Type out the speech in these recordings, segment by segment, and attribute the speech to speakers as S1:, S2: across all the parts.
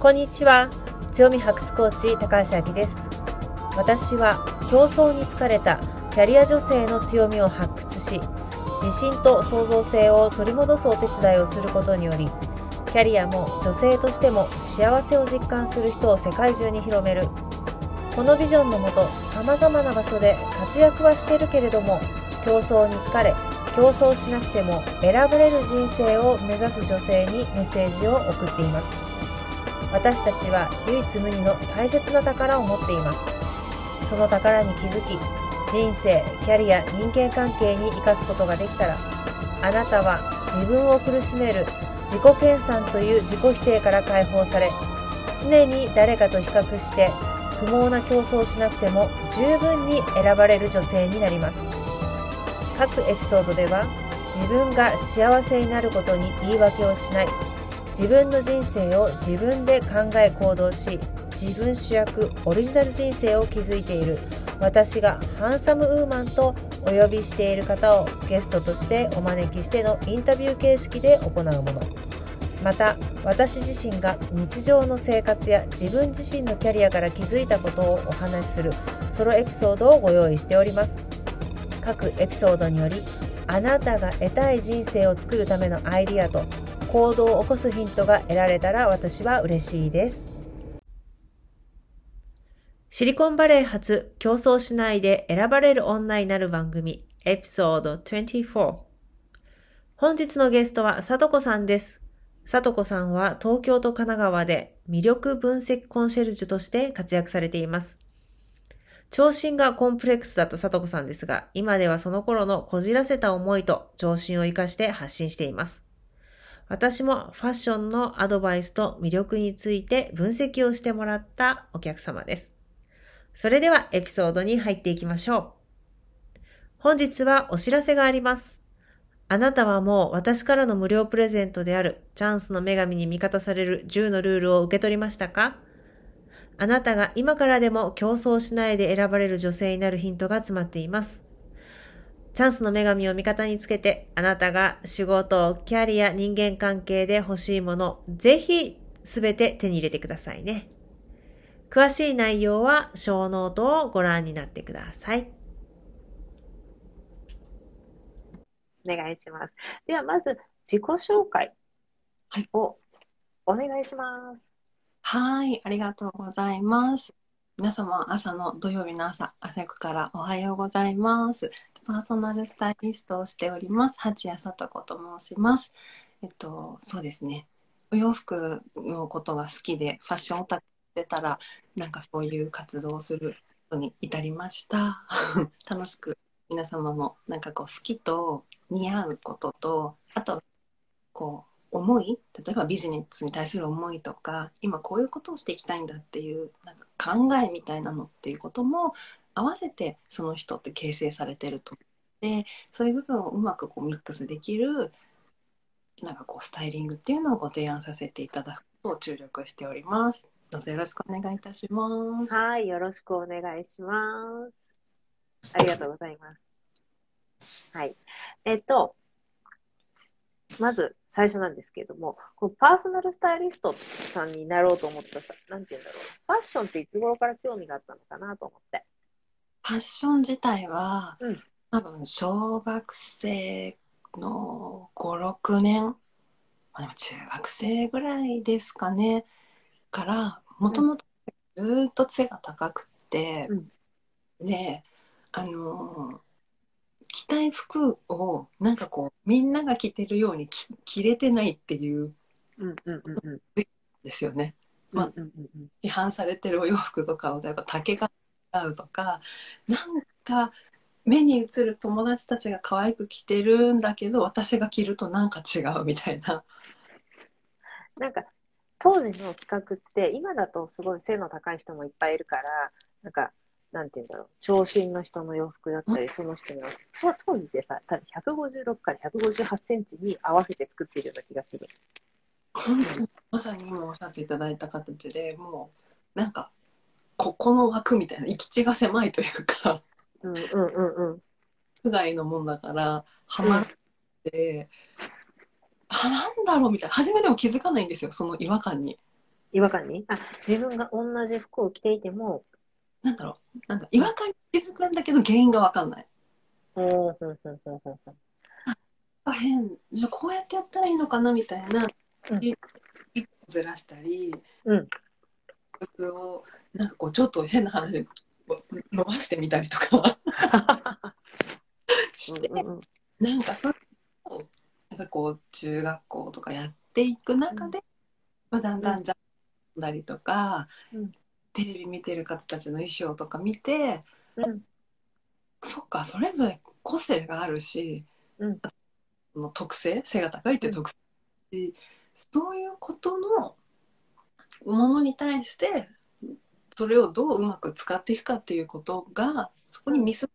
S1: こんにちは強み発掘コーチ高橋明です私は競争に疲れたキャリア女性の強みを発掘し自信と創造性を取り戻すお手伝いをすることによりキャリアも女性としても幸せを実感する人を世界中に広めるこのビジョンのもとさまざまな場所で活躍はしてるけれども競争に疲れ競争しなくても選ばれる人生を目指す女性にメッセージを送っています私たちは唯一無二の大切な宝を持っていますその宝に気づき人生キャリア人間関係に生かすことができたらあなたは自分を苦しめる自己研鑽という自己否定から解放され常に誰かと比較して不毛な競争をしなくても十分に選ばれる女性になります各エピソードでは自分が幸せになることに言い訳をしない自分の人生を自分で考え行動し自分主役オリジナル人生を築いている私がハンサムウーマンとお呼びしている方をゲストとしてお招きしてのインタビュー形式で行うものまた私自身が日常の生活や自分自身のキャリアから気づいたことをお話しするソロエピソードをご用意しております各エピソードによりあなたが得たい人生を作るためのアイディアと行動を起こすヒントが得られたら私は嬉しいですシリコンバレー発競争しないで選ばれる女になる番組エピソード24本日のゲストはさとこさんですさとこさんは東京と神奈川で魅力分析コンシェルジュとして活躍されています長身がコンプレックスだったさとこさんですが今ではその頃のこじらせた思いと長身を活かして発信しています私もファッションのアドバイスと魅力について分析をしてもらったお客様です。それではエピソードに入っていきましょう。本日はお知らせがあります。あなたはもう私からの無料プレゼントであるチャンスの女神に味方される10のルールを受け取りましたかあなたが今からでも競争しないで選ばれる女性になるヒントが詰まっています。チャンスの女神を味方につけて、あなたが仕事、キャリア、人間関係で欲しいもの、ぜひすべて手に入れてくださいね。詳しい内容は、小ノートをご覧になってください。お願いします。では、まず自己紹介
S2: はい
S1: をお願いします。
S2: はい、ありがとうございます。皆様、朝の土曜日の朝、朝くからおはようございます。パーソナルスタイリストをしております、八谷聡子と申します。えっと、そうですね。お洋服のことが好きで、ファッションオタクしてたら、なんかそういう活動をすることに至りました。 楽しく、皆様も、なんかこう、好きと似合うことと、あと、こう、思い例えばビジネスに対する思いとか今こういうことをしていきたいんだっていうなんか考えみたいなのっていうことも合わせてその人って形成されてると思ってそういう部分をうまくこうミックスできるなんかこうスタイリングっていうのをご提案させていただくことを注力しております。どうぞよろしくお願いいたします。
S1: はい、よろしくお願いします。ありがとうございます。はい。えっと、まず最初なんですけれども、こうパーソナルスタイリストさんになろうと思ったさ、なんて言うんだろう。ファッションっていつ頃から興味があったのかなと思って。
S2: ファッション自体は、
S1: うん
S2: 多分小学生の56年まあでも中学生ぐらいですかねからもともとずっと背が高くって、であのー着たい服をなんかこうみんなが着てるように着着れてないっていうん
S1: うんうんうんうん。
S2: ですよね。
S1: う
S2: まあ
S1: んうんうん
S2: 市販されてるお洋服とかを例えば丈が合うとかなんか目に映る友達たちが可愛く着てるんだけど私が着るとなんか違うみたいな
S1: なんか、当時の企画って、今だとすごい背の高い人もいっぱいいるから、なんか、なんて言うんだろう、長身の人の洋服だったり、その人の、そ当時ってさ、多分156から158センチに合わせて作っているような気がする。
S2: 本当にまさに今おっしゃっていただいた形でもうなんかここの枠みたいな行き地が狭いというか
S1: うんうんうんうん。
S2: 不外のもんだからハマって、あなんだろうみたいな初めでも気づかないんですよその違和感に。
S1: 違和感にあ、自分が同じ服を着ていても、
S2: なんだろう。なんか違和感に気づくんだけど原因がわかんない。
S1: おーふんふんふんふ んふん
S2: あ変。じゃあこうやってやったらいいのかなみたいな。
S1: うん
S2: 一個ずらしたり、
S1: うん
S2: 靴をなんかこうちょっと変な話伸ばしてみたりとかして、
S1: うんうん
S2: なんかそれをなんかこう中学校とかやっていく中で、まあ、だんだんじゃんだりとか、
S1: うん
S2: テレビ見てる方たちの衣装とか見て
S1: うん
S2: そっかそれぞれ個性があるし、
S1: うん
S2: その特性背が高いっていう特性だし、そういうことのものに対してそれをどううまく使っていくかっていうことがそこにミスっ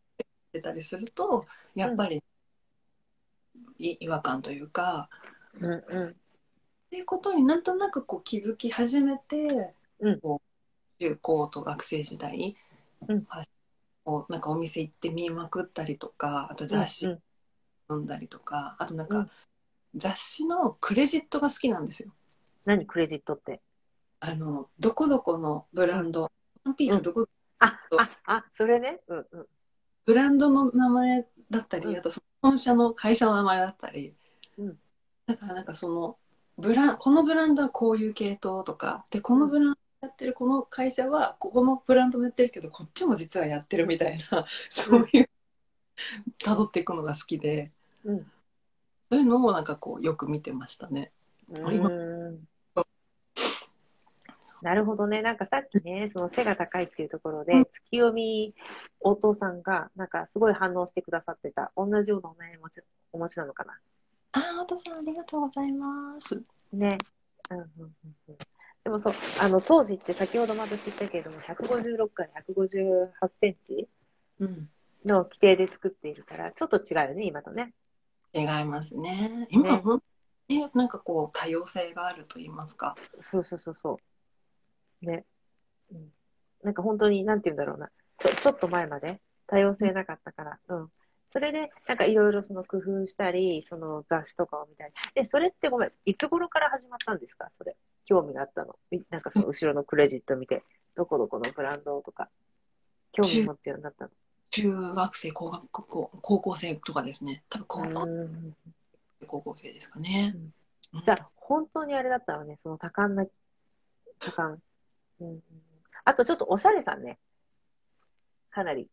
S2: てたりするとやっぱりい違和感というか、
S1: うんうん
S2: っていうことになんとなくこう気づき始めて、
S1: うん
S2: こう中高と学生時代、
S1: うん
S2: こうなんかお店行って見まくったりとかあと雑誌
S1: うん
S2: 読んだりとか、あとなん
S1: う
S2: か
S1: ん
S2: 雑誌のクレジットが好きなんですよ。
S1: 何クレジットって。
S2: あのどこどこのブランド、ワンピースどこ、
S1: あ、あ、あ、それね。うんうん。
S2: ブランドの名前だったり、
S1: うん
S2: あとその本社の会社の名前だったり、
S1: うん
S2: だからなんかそのブランこのブランドはこういう系統とかでこのブランドやってるこの会社はここのブランドもやってるけどこっちも実はやってるみたいなそういう辿っていくのが好きで
S1: うん。
S2: そういうのをなんかこうよく見てましたね。
S1: うーんなるほどね。なんかさっきね、その背が高いっていうところで、
S2: うん
S1: 月読みお父さんが、なんかすごい反応してくださってた。同じようなお悩み持ちお持ちなのかな。
S2: あーお父さんありがとうございます。
S1: ね。うんうんうんうんでもそう、あの、当時って先ほども私言ったけれども、156から158センチ
S2: うん、
S1: の規定で作っているから、ちょっと違うよね、今とね。
S2: 違いますね。今
S1: ね
S2: ほんねなんかこう多様性があると言いますか。
S1: そうそうそうそう。ね。うん、なんか本当に、なんて言うんだろうな。ちょ、ちょっと前まで多様性なかったから。うん。それで、なんかいろいろその工夫したり、その雑誌とかを見たり。え、それってごめん、いつ頃から始まったんですかそれ。興味があったの。みなんかその後ろのクレジット見て、どこどこのブランドとか、興味持つようになったの。
S2: 中学生高学高高校生とかですね多分高校
S1: うん
S2: 高校生ですかね、
S1: じゃあ、本当にあれだったのね、その多感な、多感。うん、あと、ちょっとおしゃれさんね。かなり。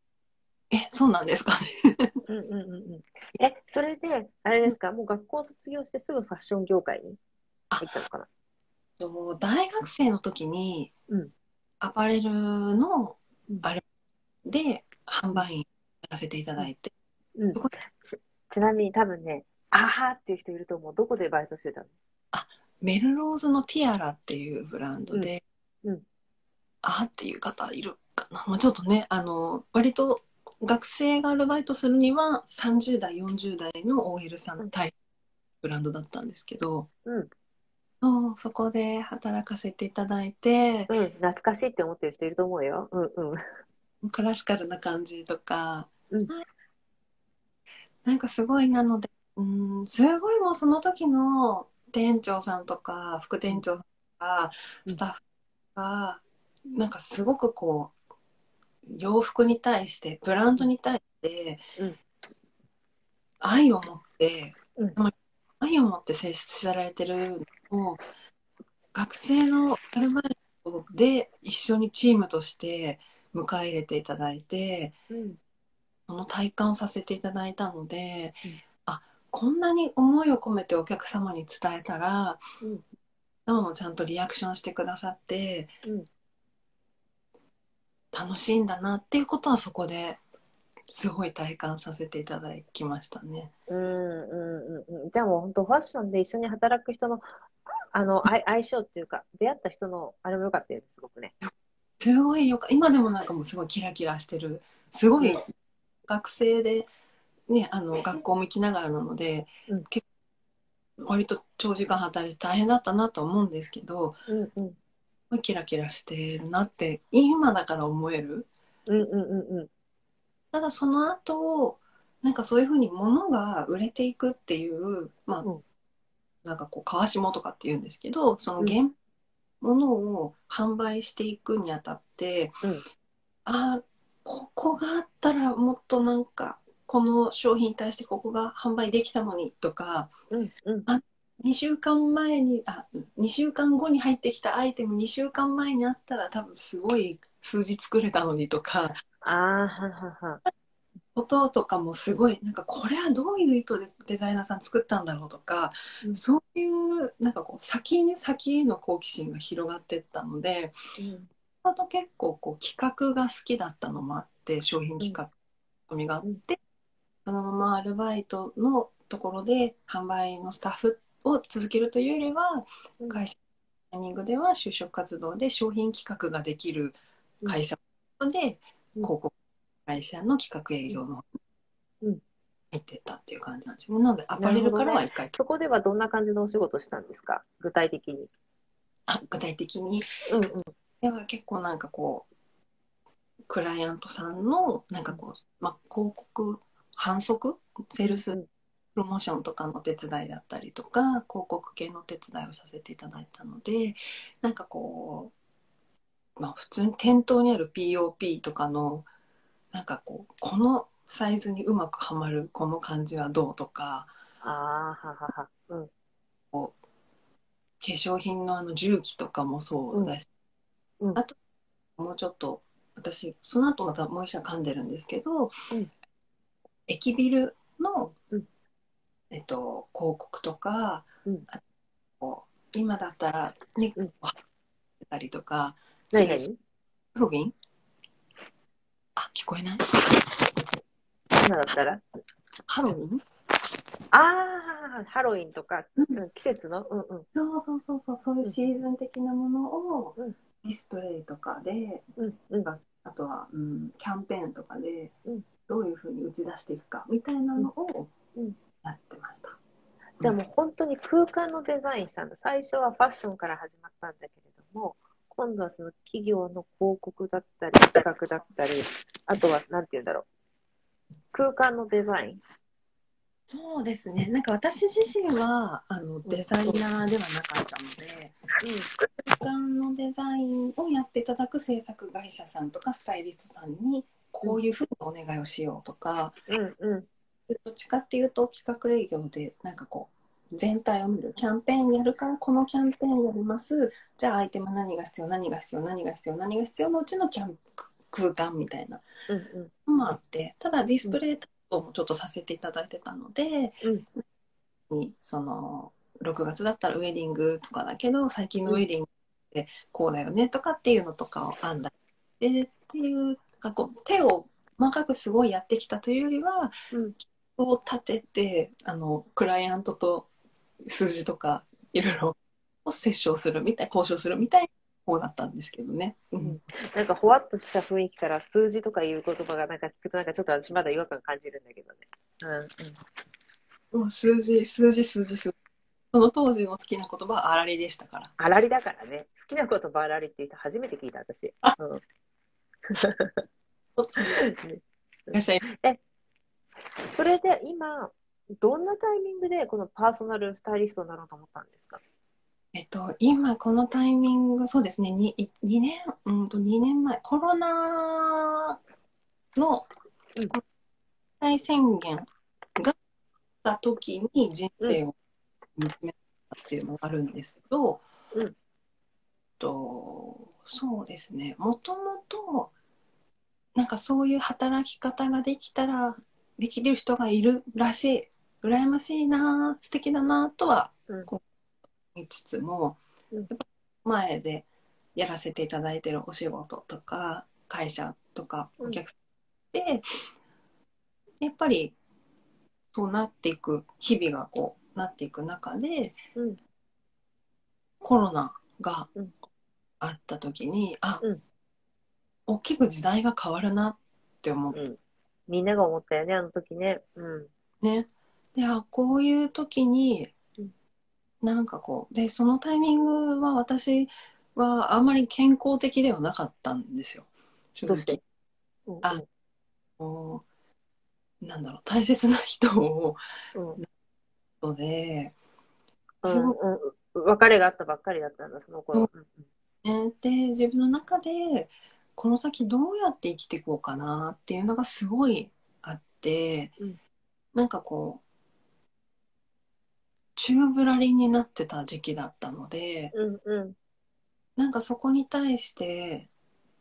S2: えそうなんですかね
S1: うんうんうんうん。え、それで、あれですか、もう学校卒業してすぐファッション業界に入ったのかな。
S2: と大学生の時に、
S1: うん
S2: アパレルの
S1: うん
S2: あれで販売員やらせていただいて、
S1: うん
S2: そこ。
S1: ちちなみに多分ね、あはーっていう人いると思う。どこでバイトしてたの
S2: メルローズのティアラっていうブランドで、
S1: うんうん
S2: あーっていう方いるかな、まあ、ちょっとねあの割と学生がアルバイトするには30代40代の OL さん対ブランドだったんですけど、
S1: うん。
S2: そう、そこで働かせていただいて、
S1: うん。懐かしいって思ってる人いると思うよ。うんうん。
S2: クラシカルな感じとか、
S1: うん
S2: なんかすごいなので、うん、すごいもうその時の店長さんとか副店長さんとか
S1: うん
S2: スタッフが、なんかすごくこう洋服に対してブランドに対して、
S1: うん
S2: 愛を持って、
S1: うん
S2: 愛を持って接せられてるのを学生のアルバイトで一緒にチームとして迎え入れていただいて
S1: うん。
S2: その体感をさせていただいたので、
S1: うん
S2: あこんなに思いを込めてお客様に伝えたら、
S1: うん
S2: お客様もちゃんとリアクションしてくださって、
S1: うん
S2: 楽しいんだなっていうことはそこですごい体感させていただきましたね。
S1: うんうんうんうん。じゃあもう本当ファッションで一緒に働く人の、あの、あい相性っていうか、出会った人の、あれも良かったよね、すごくね。
S2: すごいよか今でもなんかもうすごいキラキラしてるすごい学生で、ね、あの学校も行きながらなので、
S1: うん
S2: 結構割と長時間働いて大変だったなと思うんですけど
S1: うんうん。
S2: すごいキラキラしてるなって今だから思える
S1: うんうんうんうん。
S2: ただその後なんかそういうふうに物が売れていくっていうまあ、
S1: うん
S2: なんかこう川下とかっていうんですけどその
S1: うん
S2: 現ものを販売していくにあたって、
S1: うん
S2: ああここがあったらもっとなんかこの商品に対してここが販売できたのにとか
S1: うんうん
S2: 2週間前にあ2週間後に入ってきたアイテム2週間前にあったら多分すごい数字作れたのにとか
S1: ああははは
S2: 音とかもすごいなんかこれはどういう意図でデザイナーさん作ったんだろうとか、
S1: うん
S2: そういうなんかこう先に先への好奇心が広がってったので
S1: うん
S2: あと結構こう企画が好きだったのもあって商品企画のみがあって、そのままアルバイトのところで販売のスタッフを続けるというよりは、
S1: うん
S2: 会社のタイミングでは就職活動で商品企画ができる会社で、広
S1: うん
S2: 告会社の企画営業の方
S1: うん
S2: に入ってったっていう感じなんですよね。なのでアパレルからは一回と、
S1: そこではどんな感じのお仕事したんですか具体的に
S2: あ具体的に
S1: うんうん
S2: では結構なんかこうクライアントさんのなんかこう、まあ、広告反則セールス
S1: うん
S2: プロモーションとかの手伝いだったりとか広告系の手伝いをさせていただいたのでなんかこう、まあ、普通に店頭にある POP とかのなんかこうこのサイズにうまくはまるこの感じはどうとか
S1: ああはははうん
S2: 化粧品のあの重機とかもそうだし、
S1: うんうん
S2: あともうちょっと私その後またもう一社噛んでるんですけど、
S1: うん
S2: 駅ビルの、
S1: うん
S2: えっと、広告とか、
S1: うん
S2: あとこう今だったらね
S1: うん
S2: たりとか
S1: 何何
S2: ロビンあ聞こえない
S1: 今だったら
S2: ハロウィン
S1: ああハロウィンとか、
S2: う
S1: うん、季節のうんうん
S2: そうそうそうそうそういうシーズン的なものを
S1: うん
S2: ディスプレイとかで、
S1: うんうん
S2: あとは、うん、キャンペーンとかで
S1: うん
S2: どういうふうに打ち出していくかみたいなのを
S1: うん
S2: やってました。
S1: じゃあもう本当に空間のデザインしたんだ。最初はファッションから始まったんだけれども、今度はその企業の広告だったり、企画だったり、あとはなんて言うんだろう。空間のデザイン。
S2: そうですねなんか私自身はあのデザイナーではなかったので空間のデザインをやっていただく制作会社さんとかスタイリストさんにこういうふうにお願いをしようとか、
S1: うん、うん、うん。
S2: どっちかっていうと企画営業でなんかこう全体を見るキャンペーンやるからこのキャンペーンやりますじゃあアイテム何が必要何が必要何が必要何が必要のうちのキャンプ空間みたいな
S1: うん、
S2: のもあってただディスプレイ担当もちょっとさせていただいてたので、にその6月だったらウェディングとかだけど最近のウェディングってこうだよねとかっていうのとかを編んだりでっていうなんかこう手を細かくすごいやってきたというよりは、
S1: うん
S2: を立ててあのクライアントと数字とかいろいろを折衝するみたい交渉するみたいな方だったんですけどね。うん
S1: なんかほわっとした雰囲気から数字とかいう言葉がなんか聞くとなんかちょっと私まだ違和感感じるんだけどね。うん、うん。
S2: もう数字数字数字数字その当時の好きな言葉はあられでしたから
S1: あらりだからね。好きな言葉あらりっていう人初めて聞いた私。 うん。
S2: ごめんなさ い
S1: それで今、どんなタイミングでこのパーソナルスタイリストになろうと思ったんですか
S2: えっと今このタイミングそうですね 2, 2年うんと2年前コロナの
S1: うん
S2: 大宣言があった時に人生を見つめたっていうのがあるんですけど、
S1: うん
S2: えっとそうですねもともとなんかそういう働き方ができたらできる人がいるらしい羨ましいな素敵だなとは
S1: うん
S2: こう思いつつも、
S1: うん
S2: やっぱ前でやらせていただいてるお仕事とか会社とか
S1: うん
S2: お客さんで、やっぱりそうなっていく日々がこうなっていく中で、
S1: うん
S2: コロナが
S1: うん
S2: あった時に、あ、
S1: うん
S2: 大きく時代が変わるなって思っ
S1: みんなが思ったよね、あの時ね。うん。
S2: ね。で、あ、こういう時に
S1: うん、
S2: なんかこう、で、そのタイミングは私はあんまり健康的ではなかったんですよ。正
S1: どうして
S2: 直。あこうなんだろう、大切な人を、
S1: うん
S2: ので、
S1: うん
S2: すご
S1: うん別れがあったばっかりだったんだ、その頃。うんうん
S2: ねで自分の中でこの先どうやって生きていこうかなっていうのがすごいあって、
S1: うん
S2: なんかこう宙ぶらりんになってた時期だったので
S1: うんうん。
S2: なんかそこに対して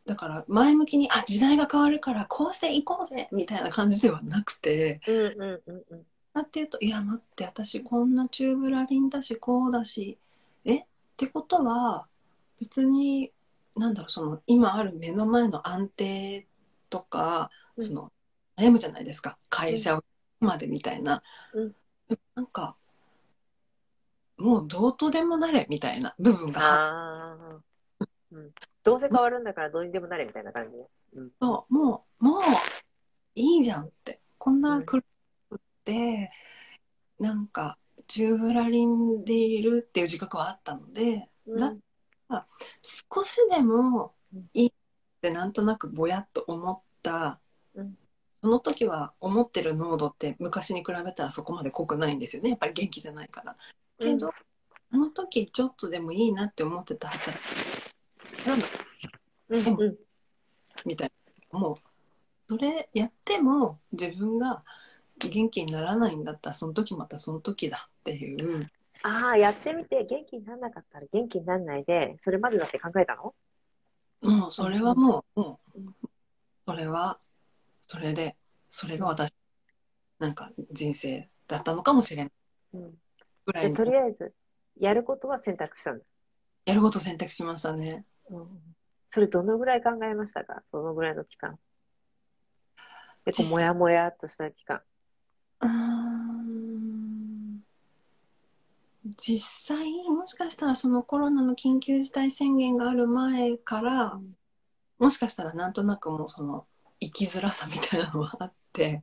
S2: だから前向きにあ時代が変わるからこうしていこうぜみたいな感じではなくて
S1: うんうんうんうん。
S2: だっていうといや待って私こんな宙ぶらりんだしこうだしえってことは別になんだろうその今ある目の前の安定とか
S1: うん
S2: その、悩むじゃないですか会社をまでみたいな、
S1: うん
S2: でもなんかもうどうとでもなれみたいな部分が
S1: ああ。うん。どうせ変わるんだからどうにでもなれみたいな感じね。うん。
S2: そうもうもういいじゃんってこんな苦しくって、なんか宙ぶらりんでいるっていう自覚はあったので
S1: うん。
S2: だ少しでもいいってなんとなくぼやっと思った、
S1: うん
S2: その時は思ってる濃度って昔に比べたらそこまで濃くないんですよねやっぱり元気じゃないから。けど、あの時ちょっとでもいいなって思ってた働きなんだ
S1: うんうん。
S2: みたいなもうそれやっても自分が元気にならないんだったらその時またその時だっていう
S1: ああ、やってみて、元気にならなかったら元気にならないで、それまでだって考えたの
S2: もうそれはもうもう
S1: うん
S2: それはそれでそれが私なんか人生だったのかもしれない
S1: うん。
S2: ぐら
S1: で、
S2: い
S1: と
S2: の
S1: りあえず、やることは選択したんだ。
S2: やることを選択しましたね
S1: うん。それどのぐらい考えましたかどのぐらいの期間で、こ
S2: 実
S1: う、もやもやっとした期間。
S2: うーん実際もしかしたらそのコロナの緊急事態宣言がある前から、もしかしたらなんとなくもうその生きづらさみたいなのはあって、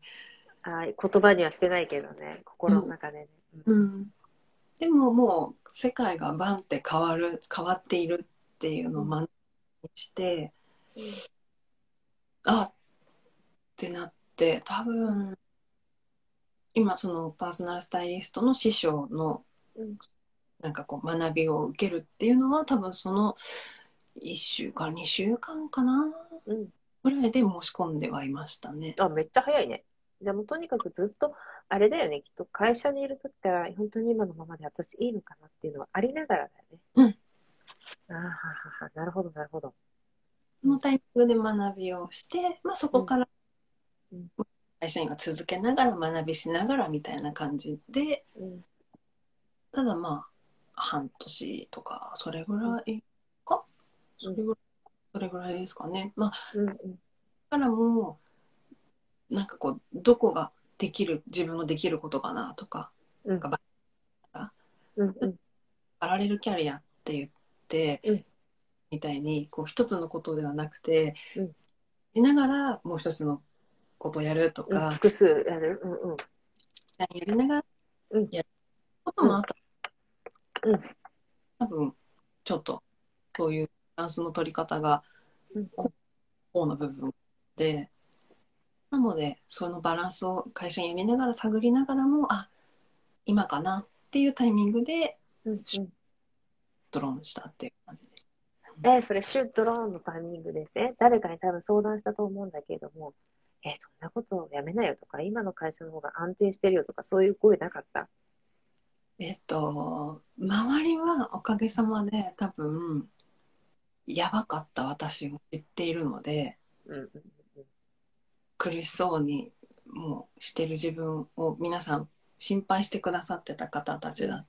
S1: ああ、言葉にはしてないけどね、心の中でね。
S2: でももう世界がバンって変わる変わっているっていうのを真似して、
S1: うん
S2: あってなって多分今そのパーソナルスタイリストの師匠の
S1: うん
S2: なんかこう学びを受けるっていうのは多分その1週間2週間かな
S1: うん。
S2: ぐらいで申し込んではいましたね。
S1: あ、めっちゃ早いね。でもとにかくずっと、あれだよね、きっと会社にいるときから、本当に今のままで私いいのかなっていうのはありながらだよね。うん。あーははは、なるほど、なるほど。
S2: そのタイミングで学びをして、まあ、そこから
S1: うん
S2: 会社員は続けながら学びしながらみたいな感じで
S1: うん。
S2: ただまあ半年とかそれぐらいかそれぐらいそれぐらいですかね。まあ、
S1: うんうん。
S2: だからもうなんかこうどこができる自分のできることかなとか
S1: うん
S2: かば
S1: うんうん。
S2: パラレルキャリアって言って、
S1: うん
S2: みたいにこう一つのことではなくて、
S1: うん
S2: いながらもう一つのことをやると
S1: うん、
S2: か、
S1: 複数やる。うんうん。
S2: やりなが
S1: う
S2: ら
S1: ん
S2: やることもあった、
S1: うん
S2: 多分ちょっとそういうバランスの取り方が
S1: うん
S2: こ方の部分でなのでそのバランスを会社にやりながら探りながらもあ今かなっていうタイミングで
S1: うんうん。
S2: ドローンしたっていう感じです。
S1: えーそれ、シュートローンのタイミングですね。誰かに多分相談したと思うんだけれども、えーそんなことやめなよとか、今の会社の方が安定してるよとか、そういう声なかった。
S2: えっと、周りはおかげさまで多分やばかった私を知っているので
S1: うんうん
S2: 苦しそうにもうしてる自分を皆さん心配してくださってた方たちだ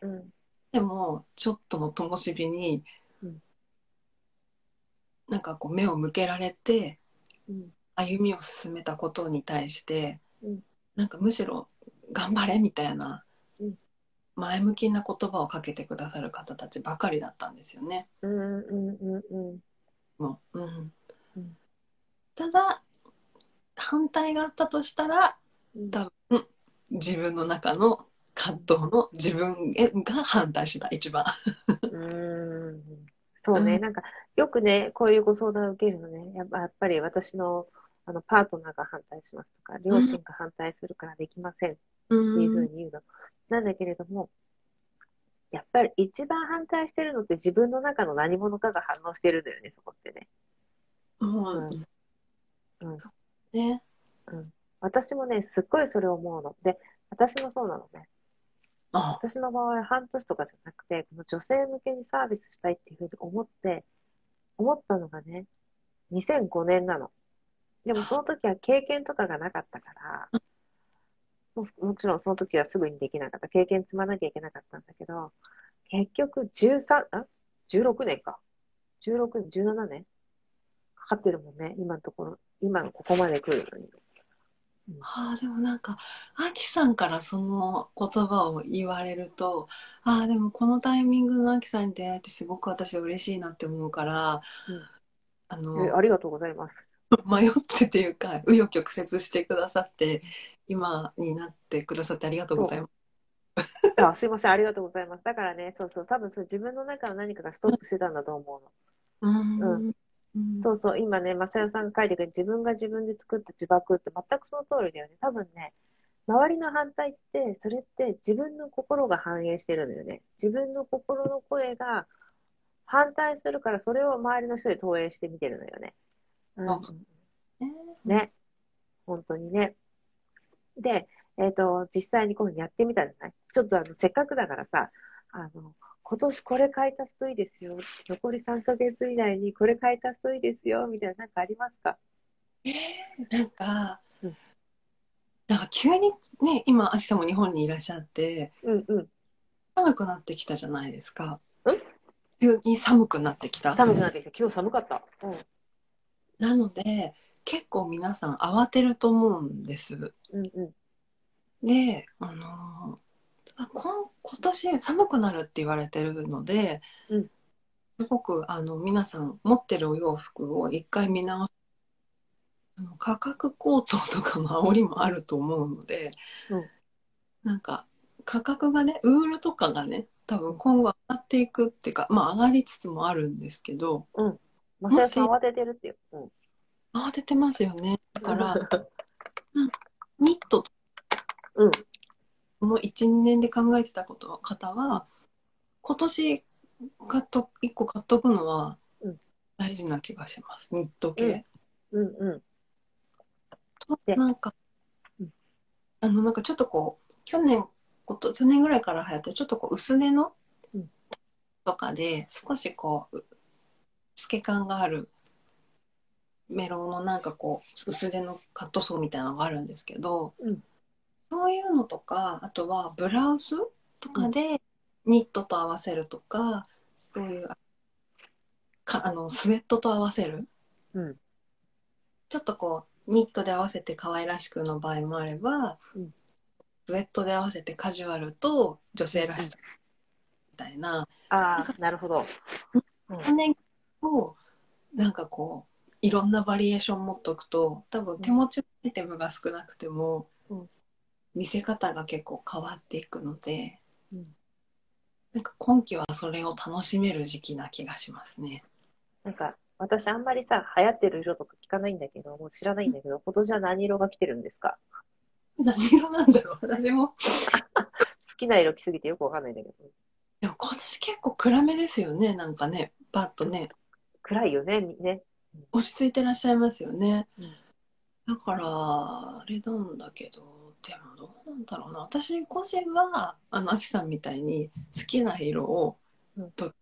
S1: うん。うん。
S2: でもちょっとの灯火に、
S1: うん
S2: なんかこう目を向けられて
S1: うん。
S2: 歩みを進めたことに対して、
S1: うん
S2: なんかむしろ「頑張れ」みたいな
S1: うん
S2: 前向きな言葉をかけてくださる方たちばかりだったんですよね。
S1: うんうんうんうん。
S2: もううん
S1: うん
S2: ただ反対があったとしたら
S1: うん
S2: 多分自分の中の葛藤の自分が反対してた一番。
S1: うーんそうね、
S2: うん
S1: なんか、よくね、こういうご相談を受けるのね、やっぱやっぱり私の、あのパートナーが反対しますとか、両親が反対するからできませんっていうふうに言うの。なんだけれども、やっぱり一番反対してるのって自分の中の何者かが反応してるんだよね、そこってね。
S2: もう、
S1: うん
S2: そうね。
S1: 私もね、すっごいそれ思うの。で、私もそうなのね。
S2: あ、
S1: 私の場合、半年とかじゃなくて、この女性向けにサービスしたいっていうふうに思って、思ったのがね、2005年なの。でもその時は経験とかがなかったから、もうもちろんその時はすぐにできなかった。経験積まなきゃいけなかったんだけど、結局13、あ ?16 年か。16、17年かかってるもんね。今のところ、今のここまで来るのに。
S2: あーでもなんか、アキさんからその言葉を言われると、ああ、でもこのタイミングのアキさんに出会えてすごく私は嬉しいなって思うから、
S1: うん
S2: あ
S1: え
S2: の、
S1: ありがとうございます。
S2: 迷ってっていうか、紆余曲折してくださって、今になってくださってありがとうございます。
S1: あ、すいません、ありがとうございます。だからね、そうそう、多分そう自分の中の何かがストップしてたんだと思うの。
S2: う。
S1: うん
S2: うん
S1: そうそう、今ね、まさよさんが書いてくれる自分が自分で作った自爆って全くその通りだよね。多分ね、周りの反対って、それって自分の心が反映してるんだよね。自分の心の声が反対するから、それを周りの人に投影して見てるのよね。うん
S2: あね。
S1: ね。本当にね。で、えっ、と、実際にこういうふうにやってみたじゃないちょっとあの、せっかくだからさ、あの、今年これ買い足すといいですよ。残り3ヶ月以内にこれ買い足すといいですよ。みたいな、なんかありますか
S2: なんか
S1: うん、
S2: なんか急にね、今、アキさんも日本にいらっしゃって、
S1: うんうん。
S2: 寒くなってきたじゃないですか
S1: ん。
S2: 急に寒くなってきた。
S1: 寒くなってきた。昨日寒かった。う
S2: なので、結構皆さん慌てると思うんです。
S1: ん。うんうん。
S2: で、あのーあこん今年寒くなるって言われてるので、
S1: うん
S2: すごくあの皆さん持ってるお洋服を一回見直す。あの価格高騰とかの煽りもあると思うので、
S1: うん
S2: なんか価格がね、ウールとかがね、多分今後上がっていくっていうか、まあ上がりつつもあるんですけど、
S1: まさやさん慌ててるっていう。うん。
S2: 慌ててますよね。だから、ニットと
S1: うん。
S2: この1、2年で考えてたこと方は、今年買っと、1個買っとくのは
S1: うん
S2: 大事な気がします。ニット系。
S1: うんうん。
S2: と
S1: で
S2: なんか
S1: うん、
S2: あの、なんかちょっとこう、去年、こと去年ぐらいから流行ってる、ちょっとこう、薄手の
S1: うん
S2: とかで、少しこう、う透け感があるメロのなんかこう、薄手のカットソーみたいなのがあるんですけど、
S1: うん
S2: そういうのとか、あとはブラウスとかでニットと合わせるとか、そういうかあのスウェットと合わせる、
S1: うん
S2: ちょっとこうニットで合わせて可愛らしくの場合もあれば、
S1: うん
S2: スウェットで合わせてカジュアルと女性らしさみたいな、
S1: ああ、なるほど。うん
S2: この年をなんかこういろんなバリエーション持っとくと多分手持ちのアイテムが少なくても、
S1: うん
S2: 見せ方が結構変わっていくので、
S1: うん
S2: なんか今季はそれを楽しめる時期な気がしますね。
S1: なんか、私あんまりさ、流行ってる色とか聞かないんだけど、もう知らないんだけど、今年は何色が来てるんですか
S2: 何色なんだろう私も。
S1: 好きな色着すぎてよくわかんないんだけど。
S2: でも今年結構暗めですよね、なんかね、パッとね、
S1: 暗いよね、みね。
S2: 落ち着いてらっしゃいますよね。
S1: うん
S2: だから、あれなんだけど、でもどうなんだろうな。私個人は、あの、アキさんみたいに好きな色を
S1: うん、
S2: と自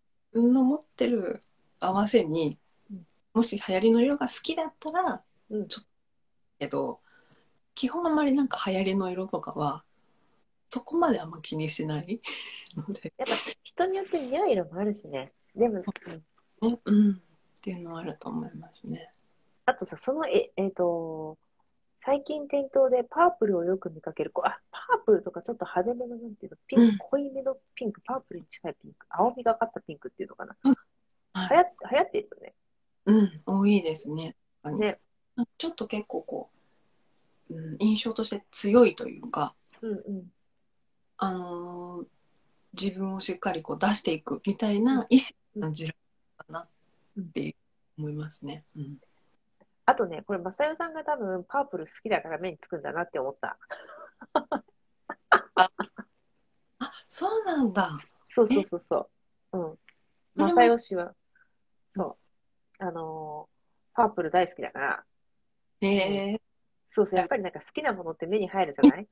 S2: 分の持ってる合わせに
S1: うん、
S2: もし流行りの色が好きだったら、
S1: うん
S2: ちょっと、けど、基本あんまりなんか流行りの色とかは、そこまであんま気にしないので、
S1: やっぱ人によって似合う色もあるしね。でも、うん
S2: ね、うん、っていうのはあると思いますね。
S1: あとさ、その、え、えっ、と、最近店頭でパープルをよく見かける。こうあ、パープルとかちょっと派手めの、なんていうの、ピ
S2: う
S1: ン
S2: ん
S1: ク、濃いめのピンク、パープルに近いピンク、青みがかったピンクっていうのかな。
S2: うん
S1: はや流行ってるよね。
S2: うん、多いですね。
S1: ね
S2: ちょっと結構こう、うん、印象として強いというか、
S1: うんうん。
S2: あのー自分をしっかりこう出していくみたいな意識を感じるかなって思いますね。うん、
S1: あとね、これ、まさよさんが多分、パープル好きだから目につくんだなって思った。
S2: そうなんだ。
S1: そうそうそうそう。うん。
S2: それは
S1: 又吉は、そう。あのーパープル大好きだから、
S2: えー、
S1: そうそう、やっぱりなんか好きなものって目に入るじゃない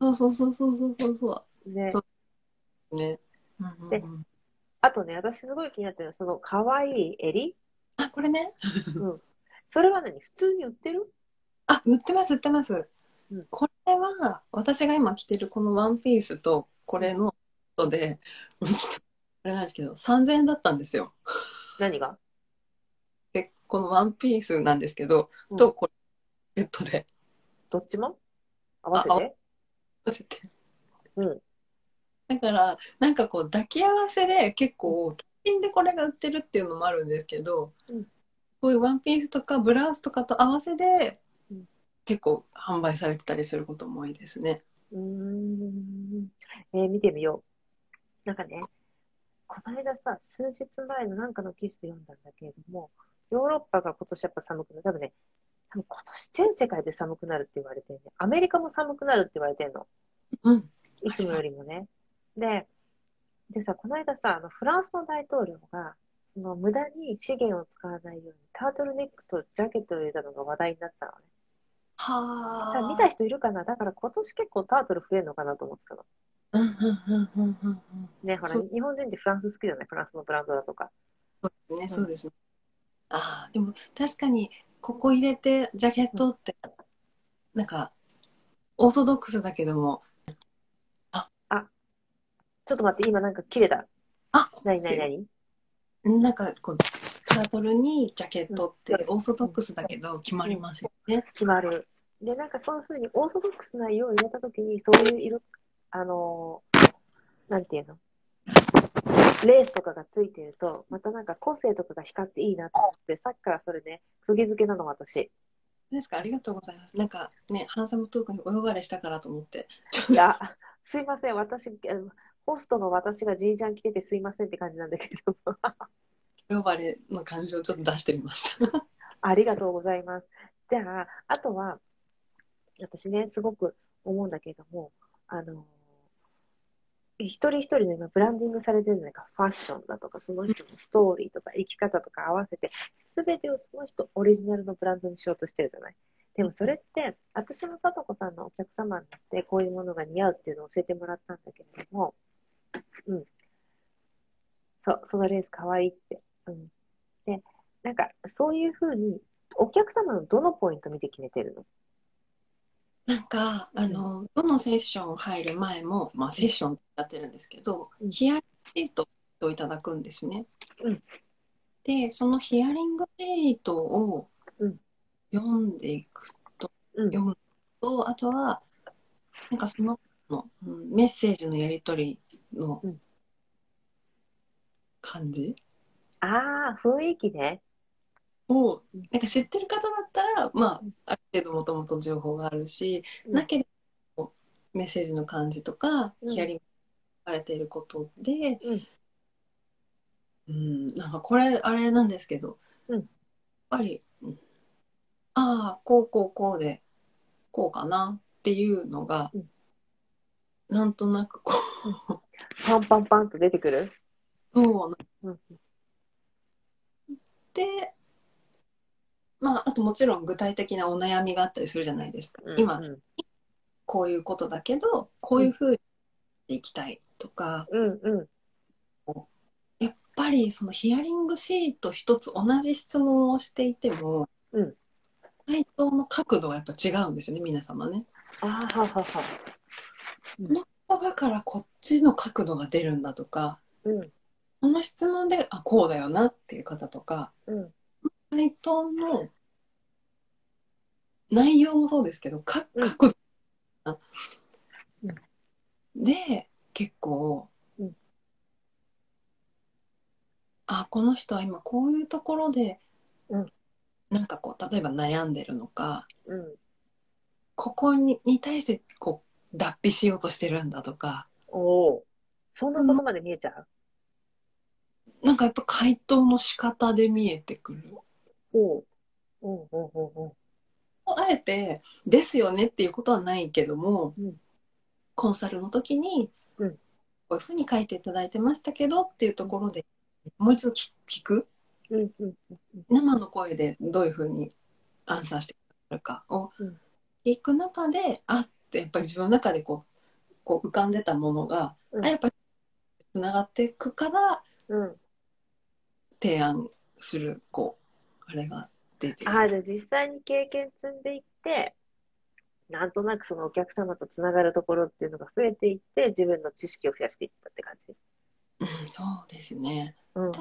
S2: そうそうそうそうそうそう そ
S1: ね
S2: そ。う。ね。うんうんうん
S1: であとね、私すごい気になってるのは、その可愛い襟
S2: あ、これね。
S1: それは何普通に売ってる
S2: あ、売ってます、売ってます。
S1: うん
S2: これは、私が今着てるこのワンピースと、これのことで、 これなんですけど、3000円だったんですよ。
S1: 何が
S2: で、このワンピースなんですけど、
S1: うん
S2: と、これ、セットで
S1: どっちも合わせ
S2: あ
S1: て
S2: 合わせて。
S1: うん。
S2: だから、なんかこう、抱き合わせで結構、単品でこれが売ってるっていうのもあるんですけど、
S1: うん
S2: こういうワンピースとかブラウスとかと合わせで
S1: うん、
S2: 結構販売されてたりすることも多いですね。
S1: うーん。えー見てみよう。なんかね、この間さ、数日前のなんかの記事で読んだんだけれども、ヨーロッパが今年やっぱ寒くなる。多分ね、多分今年全世界で寒くなるって言われてるね。アメリカも寒くなるって言われてるの。
S2: うん。
S1: いつもよりもね。で、でさ、この間さ、あの、フランスの大統領が、その無駄に資源を使わないように、タートルネックとジャケットを入れたのが話題になったのね。だから
S2: は
S1: 見た人いるかなだから今年結構タートル増えるのかなと思ってたの。
S2: うんうんうんうんうんうん。
S1: ね、ほら、
S2: そう
S1: 日本人ってフランス好きじゃないフランスのブランドだとか。
S2: そうですね、そうですね。ああ、でも確かにここ入れてジャケットって、なんかオーソドックスだけども、
S1: ちょっと待って、今なんか切れた。
S2: あ、
S1: なになになに
S2: なんかこうタートルにジャケットってオーソドックスだけど決まりますよね。
S1: 決まる。で、なんかそういうふうにオーソドックスな色を入れたときに、そういう色、あのーなんていうのレースとかがついてると、またなんか個性とかが光っていいなと思って、さっきからそれね、釘付けなの私。
S2: ですか、ありがとうございます。なんかね、ハンサムトークにお呼ばれしたからと思って。
S1: いや、すいません、私、あのホストの私がじいちゃん来ててすいませんって感じなんだけど。
S2: お呼ばれの感じをちょっと出してみました。
S1: ありがとうございます。じゃあ、あとは、私ね、すごく思うんだけれども、あの、一人一人の今、ブランディングされてるのが、ファッションだとか、その人のストーリーとか、生き方とか合わせて、すべてをその人オリジナルのブランドにしようとしてるじゃない。でもそれって、私もさとこさんのお客様になって、こういうものが似合うっていうのを教えてもらったんだけれども、うん。そう、そのレース可愛いって。うん。で、なんか、そういうふうに、お客様のどのポイント見て決めてるの
S2: なんか、あの、どのセッション入る前も、まあ、セッションってやってるんですけど
S1: うん、
S2: ヒアリングシートをいただくんですね。
S1: うん
S2: で、そのヒアリングシートを
S1: うん
S2: 読んでいくと、
S1: うん
S2: 読むと、あとは、なんかそのの、うんメッセージのやり取りの
S1: うん
S2: 感じ
S1: ああ、雰囲気ね。
S2: を、なんか知ってる方だったら、まあ、ある程度もともと情報があるし、
S1: うん
S2: なければメッセージの感じとか、
S1: うん
S2: ヒアリングされていることで、
S1: うん
S2: うんなんかこれあれなんですけど、
S1: うん
S2: やっぱり、うんああこうこうこうでこうかなっていうのが、
S1: うん
S2: なんとなくこ
S1: パンパンパンと出てくる。
S2: うそう
S1: う
S2: な
S1: ん。
S2: って。まあ、あともちろん具体的なお悩みがあったりするじゃないですか。
S1: うん
S2: 今
S1: う、ん
S2: こういうことだけどこういうふうにしていきたいとか、
S1: うんうん。
S2: やっぱりそのヒアリングシート一つ同じ質問をしていても、
S1: うん
S2: 回答の角度がやっぱ違うんですよね皆様ね。
S1: ああ、ははは。
S2: 言葉からこっちの角度が出るんだとか
S1: うん
S2: この質問であこうだよなっていう方とか
S1: うん。
S2: 回答の内容もそうですけどか
S1: うん
S2: 角度、
S1: うん
S2: で結構、
S1: うん
S2: あこの人は今こういうところで、
S1: うん
S2: なんかこう例えば悩んでるのか
S1: うん。
S2: ここにに対してこう脱皮しようとしてるんだとか
S1: おお。そんなことまで見えちゃう、
S2: なんかやっぱ回答の仕方で見えてくる。
S1: おおう。うんうんうんうん。
S2: あえて「ですよね」っていうことはないけども、
S1: うん
S2: コンサルの時に、
S1: うん
S2: こういうふうに書いていただいてましたけどっていうところでもう一度聞聞く
S1: うんうん
S2: 生の声でどういうふうにアンサーしてくれるかを
S1: うん
S2: 聞く中であってやっぱり自分の中でこうこう浮かんでたものが、
S1: うん
S2: あやっぱりつながっていくから
S1: うん
S2: 提案するこうあれが出て
S1: ああじゃあ実際に経験積んでいってなんとなくそのお客様とつながるところっていうのが増えていって自分の知識を増やしていったって感じ
S2: うん、そうですね
S1: うん
S2: ん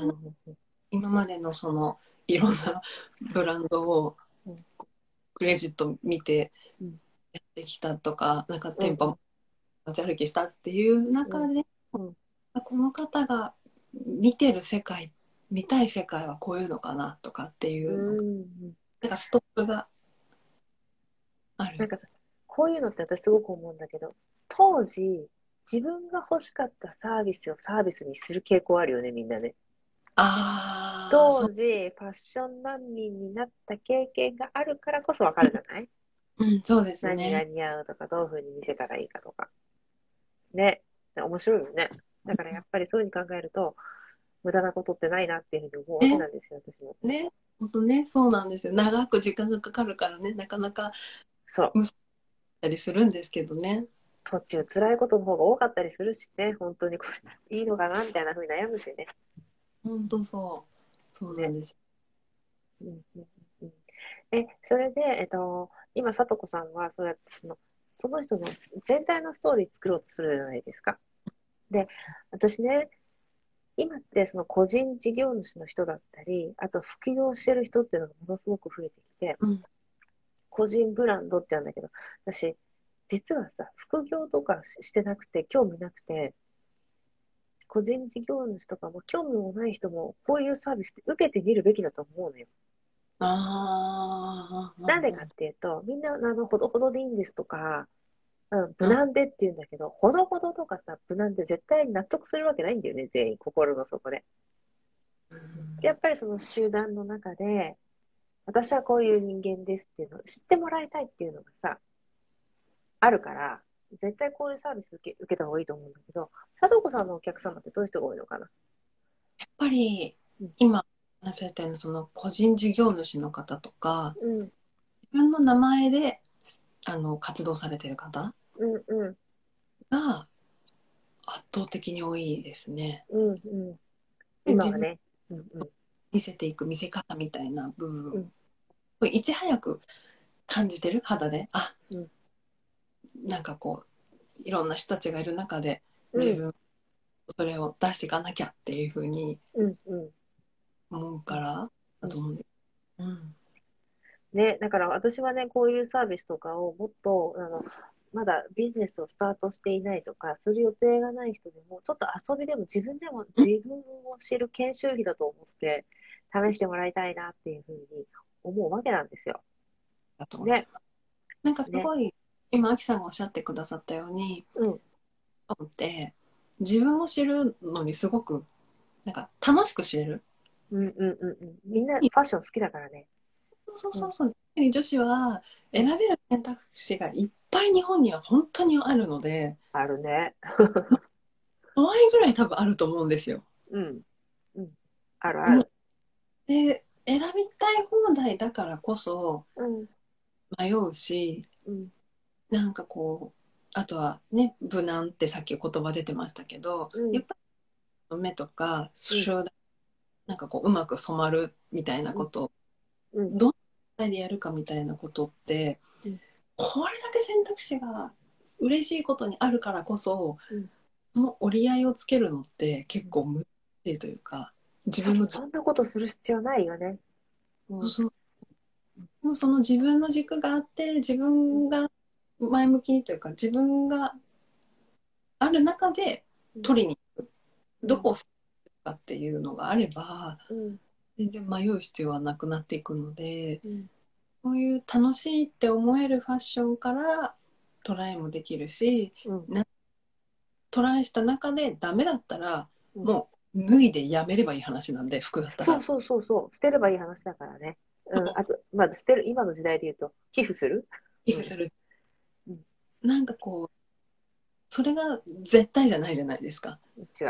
S2: 今までのそのいろんなブランドを
S1: うん
S2: こうクレジット見て
S1: うん
S2: やってきたとかなんか
S1: ん
S2: 店舗も街歩きしたっていう中で、
S1: うんうん
S2: あこの方が見てる世界見たい世界はこういうのかなとかっていうう、
S1: ん
S2: なんかストックがあ
S1: なん
S2: る。
S1: かこういうのって私すごく思うんだけど当時自分が欲しかったサービスをサービスにする傾向あるよねみんなね
S2: あーそ
S1: 当
S2: う
S1: 時ファッション難民になった経験があるからこそわかるじゃない
S2: うん、そうです
S1: 何が
S2: ね。
S1: 似合うとか、どういう風に見せたらいいかとか。ね。面白いよね。だからやっぱりそういうふうに考えると、無駄なことってないなっていうふうに思うわけなんですよ、私も。
S2: ね、本当ね、そうなんですよ。長く時間がかかるからね、なかなかやっ
S1: そう。
S2: たりするんですけどね。
S1: 途中辛いことの方が多かったりするしね、本当にこれいいのかなみたいなふうに悩むしね。
S2: 本当そう。そうなんです。
S1: うんうんうんえ、それで、えっと、今、さとこさんは、そうやって、その、その人の全体のストーリー作ろうとするじゃないですか。で、私ね、今って、その個人事業主の人だったり、あと副業してる人っていうのがものすごく増えてきて、
S2: うん
S1: 個人ブランドってやるんだけど、私、実はさ、副業とかししてなくて、興味なくて、個人事業主とかも興味もない人も、こういうサービスって受けてみるべきだと思うのよ。
S2: ああ。
S1: なんでかっていうと、みんな、あの、ほどほどでいいんですとか、うん、無難でって言うんだけど、ほどほどとかさ、無難で絶対に納得するわけないんだよね、全員、心の底で。
S2: うん
S1: やっぱりその集団の中で、私はこういう人間ですっていうのを知ってもらいたいっていうのがさ、あるから、絶対こういうサービス受け受けた方がいいと思うんだけど、佐藤子さんのお客様ってどういう人が多いのかな
S2: やっぱり
S1: うん
S2: 今話されたようなその個人事業主の方とか
S1: うん、うん、
S2: 自分の名前ですあの活動されてる方
S1: うん、
S2: が圧倒的に多いですね。
S1: うん、うん。今はね、うん、うん、
S2: 見せていく見せ方みたいな部分、
S1: うん
S2: これいち早く感じてる肌であ、
S1: うん
S2: なんかこういろんな人たちがいる中で
S1: う
S2: 自
S1: ん、
S2: 分それを出していかなきゃっていうふうに
S1: うん、うん。
S2: 思うからだと思うんです。うん
S1: ね、だから私はね、こういうサービスとかをもっと、あの、まだビジネスをスタートしていないとか、する予定がない人でも、ちょっと遊びでも自分でも自分を知る研修費だと思って、試してもらいたいなっていうふうに思うわけなんですよ。
S2: だと思います
S1: ね。
S2: なんかすごい、今アキさんがおっしゃってくださったように
S1: うん。
S2: って自分を知るのにすごくなんか楽しく知れる。
S1: うんうんうんうん。みんなファッション好きだからね。
S2: そうそうそう、女子は選べる選択肢がいっぱい日本には本当にあるので
S1: あるね。
S2: 怖いぐらい多分あると思うんですよ。
S1: うん。うん。あるある。
S2: で選びたい放題だからこそ
S1: うん。
S2: 迷うし
S1: うん。
S2: なんかこうあとはね無難ってさっき言葉出てましたけど、
S1: うん
S2: やっぱり目とか集団、なんかこううまく染まるみたいなことを
S1: うん。
S2: 何でやるかみたいなことって、
S1: うん
S2: これだけ選択肢が嬉しいことにあるからこそ、
S1: うん
S2: その折り合いをつけるのって結構難しいというか自分の軸
S1: そんなことする必要ないよね。うん。
S2: そうそうでもその自分の軸があって自分が前向きにというか自分がある中で取りに行く、どこを探すかっていうのがあれば
S1: うん。
S2: 全然迷う必要はなくなっていくので
S1: うん。
S2: そういう楽しいって思えるファッションからトライもできるし
S1: うん。
S2: トライした中でダメだったら
S1: うん
S2: もう脱いでやめればいい話なんで服だった
S1: そう
S2: ら。
S1: そうそうそう、捨てればいい話だからね。 うん、あと、まあ、捨てる、今の時代で言うと、寄付する
S2: 寄付する、
S1: うん
S2: なんかこうそれが絶対じゃないじゃないですか。
S1: 違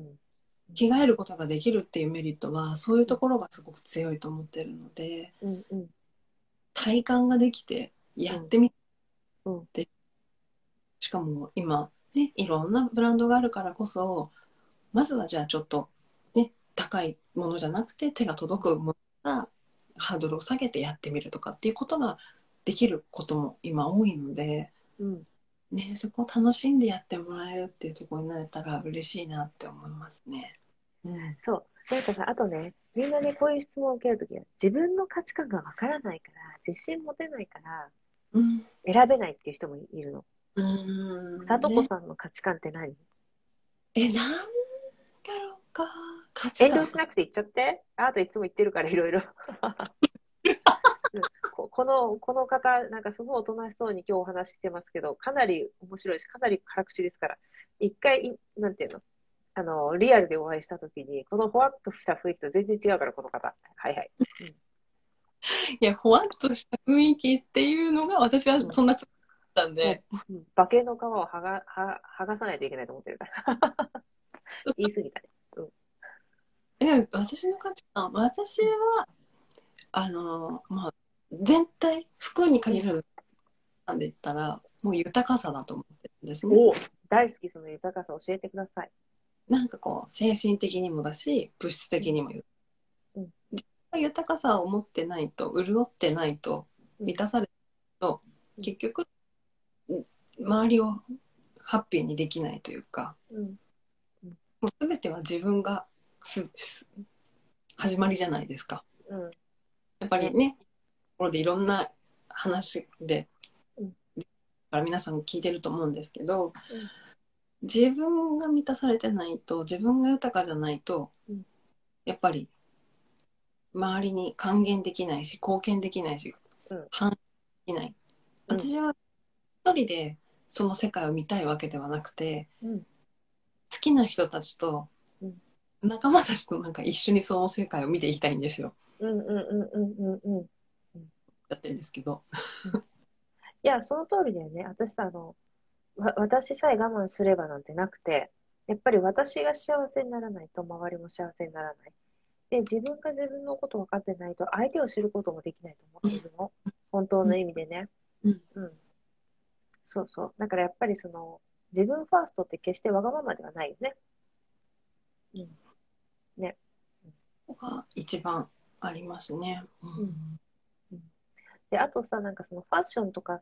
S1: う。
S2: 着替えることができるっていうメリットはそういうところがすごく強いと思ってるので
S1: うんうん
S2: 体感ができてやってみて、
S1: うんうん
S2: でしかも今、ね、いろんなブランドがあるからこそまずはじゃあちょっと、ね、高いものじゃなくて手が届くものからハードルを下げてやってみるとかっていうことができることも今多いので、
S1: うん。
S2: ね、そこを楽しんでやってもらえるっていうところになれたら嬉しいなって思いますね。うん
S1: そう。なんかさ、あとね、みんなね、こういう質問を受けるときは、自分の価値観がわからないから、自信持てないから、
S2: うん
S1: 選べないっていう人もいるの。
S2: うーん
S1: さとこ
S2: ね
S1: さんの価値観って何、
S2: え、なんだろうか。価値
S1: 遠
S2: 観
S1: 慮しなくて言っちゃって。あなたいつも言ってるから、い ろいろ。うんここの、この方、なんかすごいおとなしそうに今日お話ししてますけど、かなり面白いし、かなり辛口ですから、一回、いなんていうのあの、リアルでお会いしたときに、このほわっとした雰囲気と全然違うから、この方。はいはい。
S2: いや、ほわっとした雰囲気っていうのが、私はそんなつもりだったんで、
S1: うん馬券の皮を剥がは剥がさないといけないと思ってるから。 言い過ぎたね。
S2: え私の価値観、私は、あの、まあ、全体、服に限らず、なんで言ったら、もう豊かさだと思ってるんですね。
S1: お大好きその豊かさ教えてください。
S2: なんかこう、精神的にもだし、物質的にも豊
S1: う
S2: か
S1: ん。
S2: 豊かさを持ってないと、潤ってないと、満たされると
S1: うん
S2: 結局周りをハッピーにできないというか
S1: うん
S2: もう全ては自分がすす始まりじゃないですか
S1: うん
S2: やっぱりねところでいろんな話で、
S1: うん
S2: から皆さんも聞いてると思うんですけど、自分が満たされてないと自分が豊かじゃないと、
S1: うん
S2: やっぱり周りに還元できないし貢献できないし、
S1: うん
S2: 反映できない
S1: うん
S2: 私は一人でその世界を見たいわけではなくて、
S1: うん
S2: 好きな人たちと
S1: うん
S2: 仲間たちとなんか一緒にその世界を見ていきたいんですよ
S1: うんうんうんうんうんうん。
S2: だってんですけど
S1: いや、その通りだよね。私さ、あの、わ私さえ我慢すればなんてなくて、やっぱり私が幸せにならないと周りも幸せにならない。で、自分が自分のこと分かってないと相手を知ることもできないと思っているの。本当の意味でね。
S2: うん。
S1: うん。そうそう。だからやっぱりその、自分ファーストって決してわがままではないよね。
S2: が一番ありますね。
S1: んで、あとさ、なんかそのファッションとか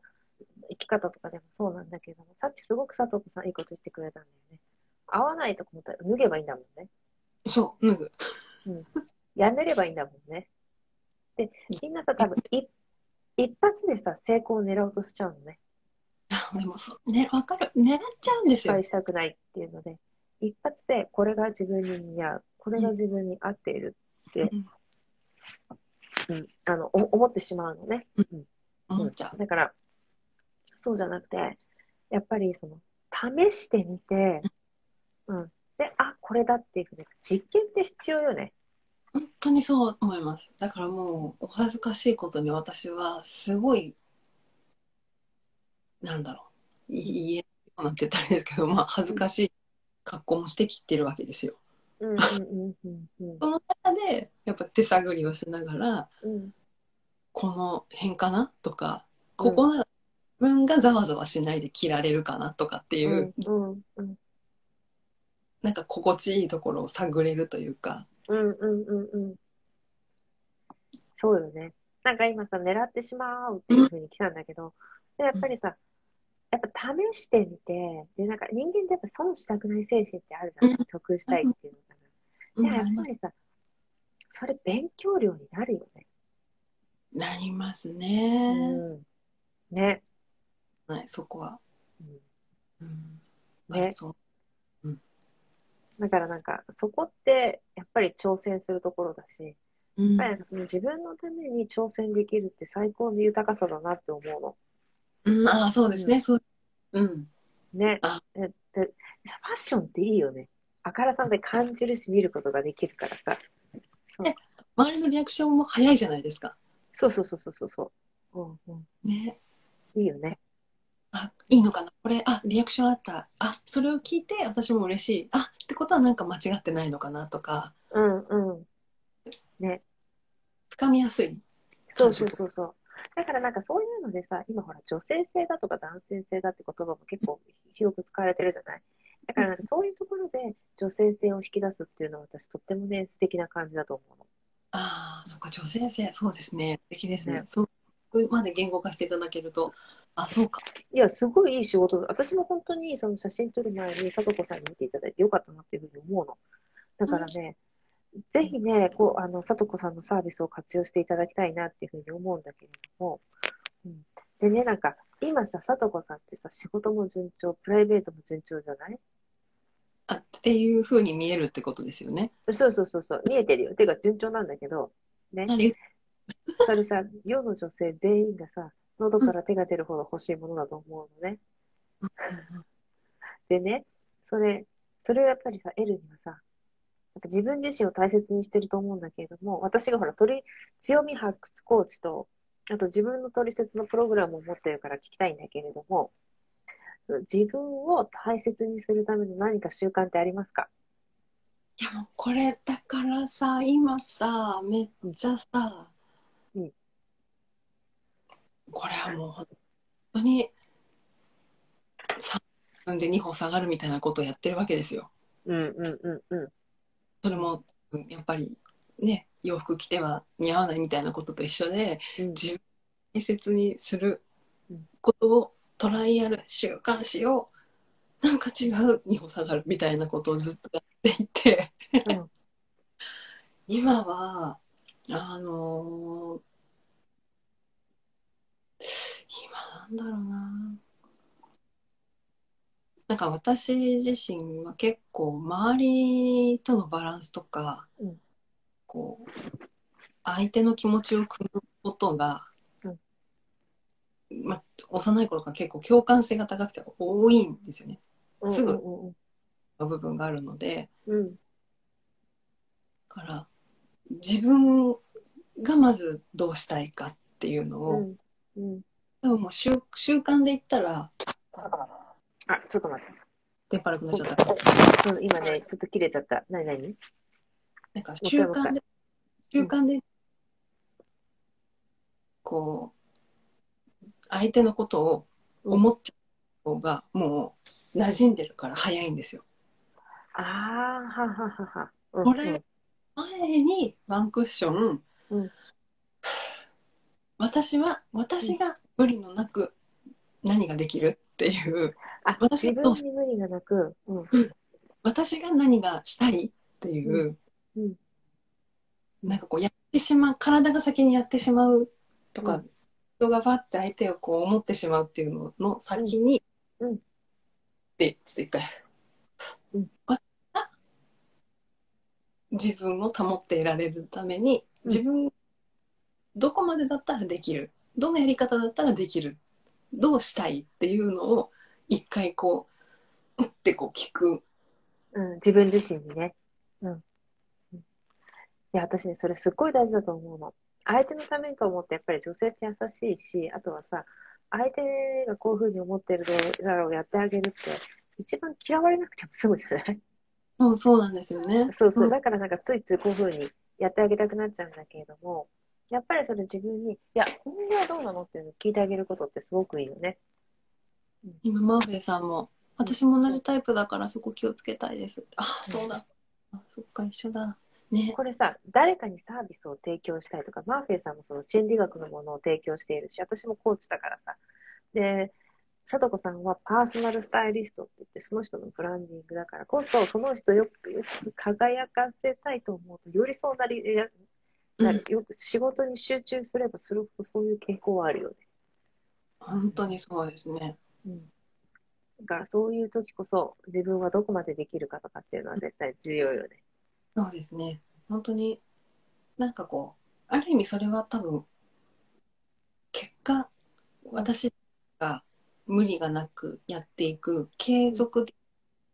S1: 生き方とかでもそうなんだけども、さっきすごく佐藤さんいいこと言ってくれたんだよね。合わないとこ思ったら脱げばいいんだもんね。
S2: そう脱ぐ
S1: やめればいいんだもんね。で、みんなさ、多分い一発でさ、成功を狙おうとしちゃうのね。
S2: あでもそうねわかる狙っちゃうんです
S1: 失
S2: よ
S1: 敗。したくないっていうので、一発でこれが自分に似合う、これが自分に合っているって、うん、あのお思ってしまうのね。
S2: 思っちゃう。
S1: だから、そうじゃなくて、やっぱりその、試してみて、うん。で、あ、これだっていうふうに、実験って必要よね。
S2: 本当にそう思います。だからもうお恥ずかしいことに私はすごいなんだろうい言えないなんて言ったらいいんですけど、まあ恥ずかしい格好もしてきてるわけですよ。
S1: うんうんうんうん
S2: その中でやっぱ手探りをしながら
S1: うん。
S2: この辺かなとかここなら自分がざわざわしないで着られるかなとかっていうう、
S1: んうんうん。
S2: なんか心地いいところを探れるというか。
S1: うんうんうんうん。そうよね。なんか今さ、狙ってしまうっていう風に来たんだけど、でやっぱりさ、やっぱ試してみて、で、なんか人間ってやっぱ損したくない精神ってあるじゃ。
S2: うん
S1: 得したいっていうのか
S2: うん
S1: な。で、や
S2: なり
S1: っ
S2: ま
S1: ぱ
S2: す
S1: りさ、それ勉強量になるよね。
S2: なります
S1: う
S2: ね、
S1: ん。ね。
S2: はい、そこは。
S1: うん
S2: うん
S1: ね
S2: あそう
S1: だからなんか、そこってやっぱり挑戦するところだし、
S2: う
S1: や
S2: ん
S1: っぱりなんかその自分のために挑戦できるって最高の豊かさだなって思うの。
S2: うん、ああ、そうですね、そう。うん。
S1: ね
S2: あ。
S1: えでファッションっていいよね。あからさまで感じるし見ることができるからさ。
S2: 周りのリアクションも早いじゃないですか。
S1: そうそうそうそうそう。うんう
S2: ね。
S1: ん、いいよね。
S2: あいいのかなこれあリアクションあったあそれを聞いて私も嬉しいあってことはなんか間違ってないのかなとか
S1: うんうん。
S2: つかみやすい
S1: そうそうそうそう。だからなんかそういうのでさ、今ほら女性性だとか男性性だって言葉も結構広く使われてるじゃない。だからなんかそういうところで女性性を引き出すっていうのは私とってもね、素敵な感じだと思うの。
S2: ああそっか女性性そうですね素敵ですね
S1: ね
S2: そうここまで言語化していただけるとあそうか
S1: いや、すごいいい仕事だ。私も本当にその写真撮る前に、さとこさんに見ていただいてよかったなっていうふうに思うの。だからね、ぜひね、こう、あの、さとこさんのサービスを活用していただきたいなっていうふうに思うんだけれども、うん、でね、なんか、今さ、さとこさんってさ、仕事も順調、プライベートも順調じゃない
S2: あっていうふうに見えるってことですよね
S1: そうそうそうそう、見えてるよ。てか、順調なんだけど、ね、
S2: あり
S1: それさ、世の女性全員がさ、喉から手が出るほど欲しいものだと思うのね。でね、それ、それをやっぱりさ、エルにはさ、やっぱ自分自身を大切にしてると思うんだけれども、私がほら、鳥、強み発掘コーチと、あと自分の取説のプログラムを持ってるから聞きたいんだけれども、自分を大切にするための何か習慣ってありますか
S2: いやもうこれだからさ今さめっちゃさ、
S1: うん
S2: これはもう本当に3分で2歩下がるみたいなことをやってるわけですよ。
S1: うんうんうんうん。
S2: それもうんやっぱりね洋服着ては似合わないみたいなことと一緒で
S1: うん
S2: 自分を大切にすることをトライアル習慣しようなんか違う2歩下がるみたいなことをずっとやっていて。今はあのー今なんだろうななんか私自身は結構周りとのバランスとか、
S1: うん
S2: こう相手の気持ちを汲むことが、
S1: うん
S2: ま、幼い頃から結構共感性が高くて多いんですよね
S1: うん
S2: すぐ
S1: うん
S2: 部分があるので。
S1: うんうん。
S2: だから自分がまずどうしたいかっていうの
S1: う
S2: を、
S1: んうん。
S2: 多分もう習習慣で言ったら
S1: あ、ちょっと待って。
S2: テンパらくなっちゃったから
S1: うん今ね、ちょっと切れちゃった。なになに
S2: なんか
S1: 一
S2: 習
S1: 回もう一回
S2: 慣で習慣でこう相手のことを思っちゃう方がもう馴染んでるから早いんですよ。
S1: あー、はははは。うん
S2: これ、前にワンクッション、
S1: うん
S2: 私は私が無理のなく何ができるっていう。
S1: あ、
S2: 私
S1: 自
S2: がど
S1: 分
S2: うし
S1: に無理がなく、うん、
S2: 私が何がしたいっていう、
S1: うんうん
S2: なんかこうやってしまう体が先にやってしまうとか、
S1: う
S2: 人がバッて相手をこう思ってしまうっていうのの先に、
S1: うんうん
S2: でちょっと一回、
S1: うん
S2: 私が自分を保っていられるために
S1: うん
S2: 自分、どこまでだったらできるどのやり方だったらできるどうしたいっていうのを一回こううんってこう聞く。
S1: うん、自分自身にね。うん。うんいや、私ね、それすっごい大事だと思うの。相手のためにと思って、やっぱり女性って優しいし、あとはさ、相手がこういうふうに思ってるだろう、やってあげるって、一番嫌われなくても済むじゃない
S2: そうそうなんですよね。
S1: そうそう。
S2: ん
S1: だからなんか、ついついこういうふうにやってあげたくなっちゃうんだけれども、やっぱりそれ自分に、いや、今後はどうなのっていうのを聞いてあげることってすごくいいよね。
S2: 今マーフェイさんも私も同じタイプだからそこ気をつけたいです。あそうだ。あそっか一緒だ。ね。
S1: これさ、誰かにサービスを提供したいとか、マーフェイさんもその心理学のものを提供しているし、私もコーチだからさ。で、貞子さんはパーソナルスタイリストって言って、その人のブランディングだからこそ、その人をよくよく輝かせたいと思うと、よりそうなり、やなるよく仕事に集中すればするほどそういう傾向はあるよね。
S2: 本当にそうですね。
S1: うん。だからそういう時こそ、自分はどこまでできるかとかっていうのは絶対重要よね。
S2: そうですね。本当になんかこうある意味それは多分結果私が無理がなくやっていく継続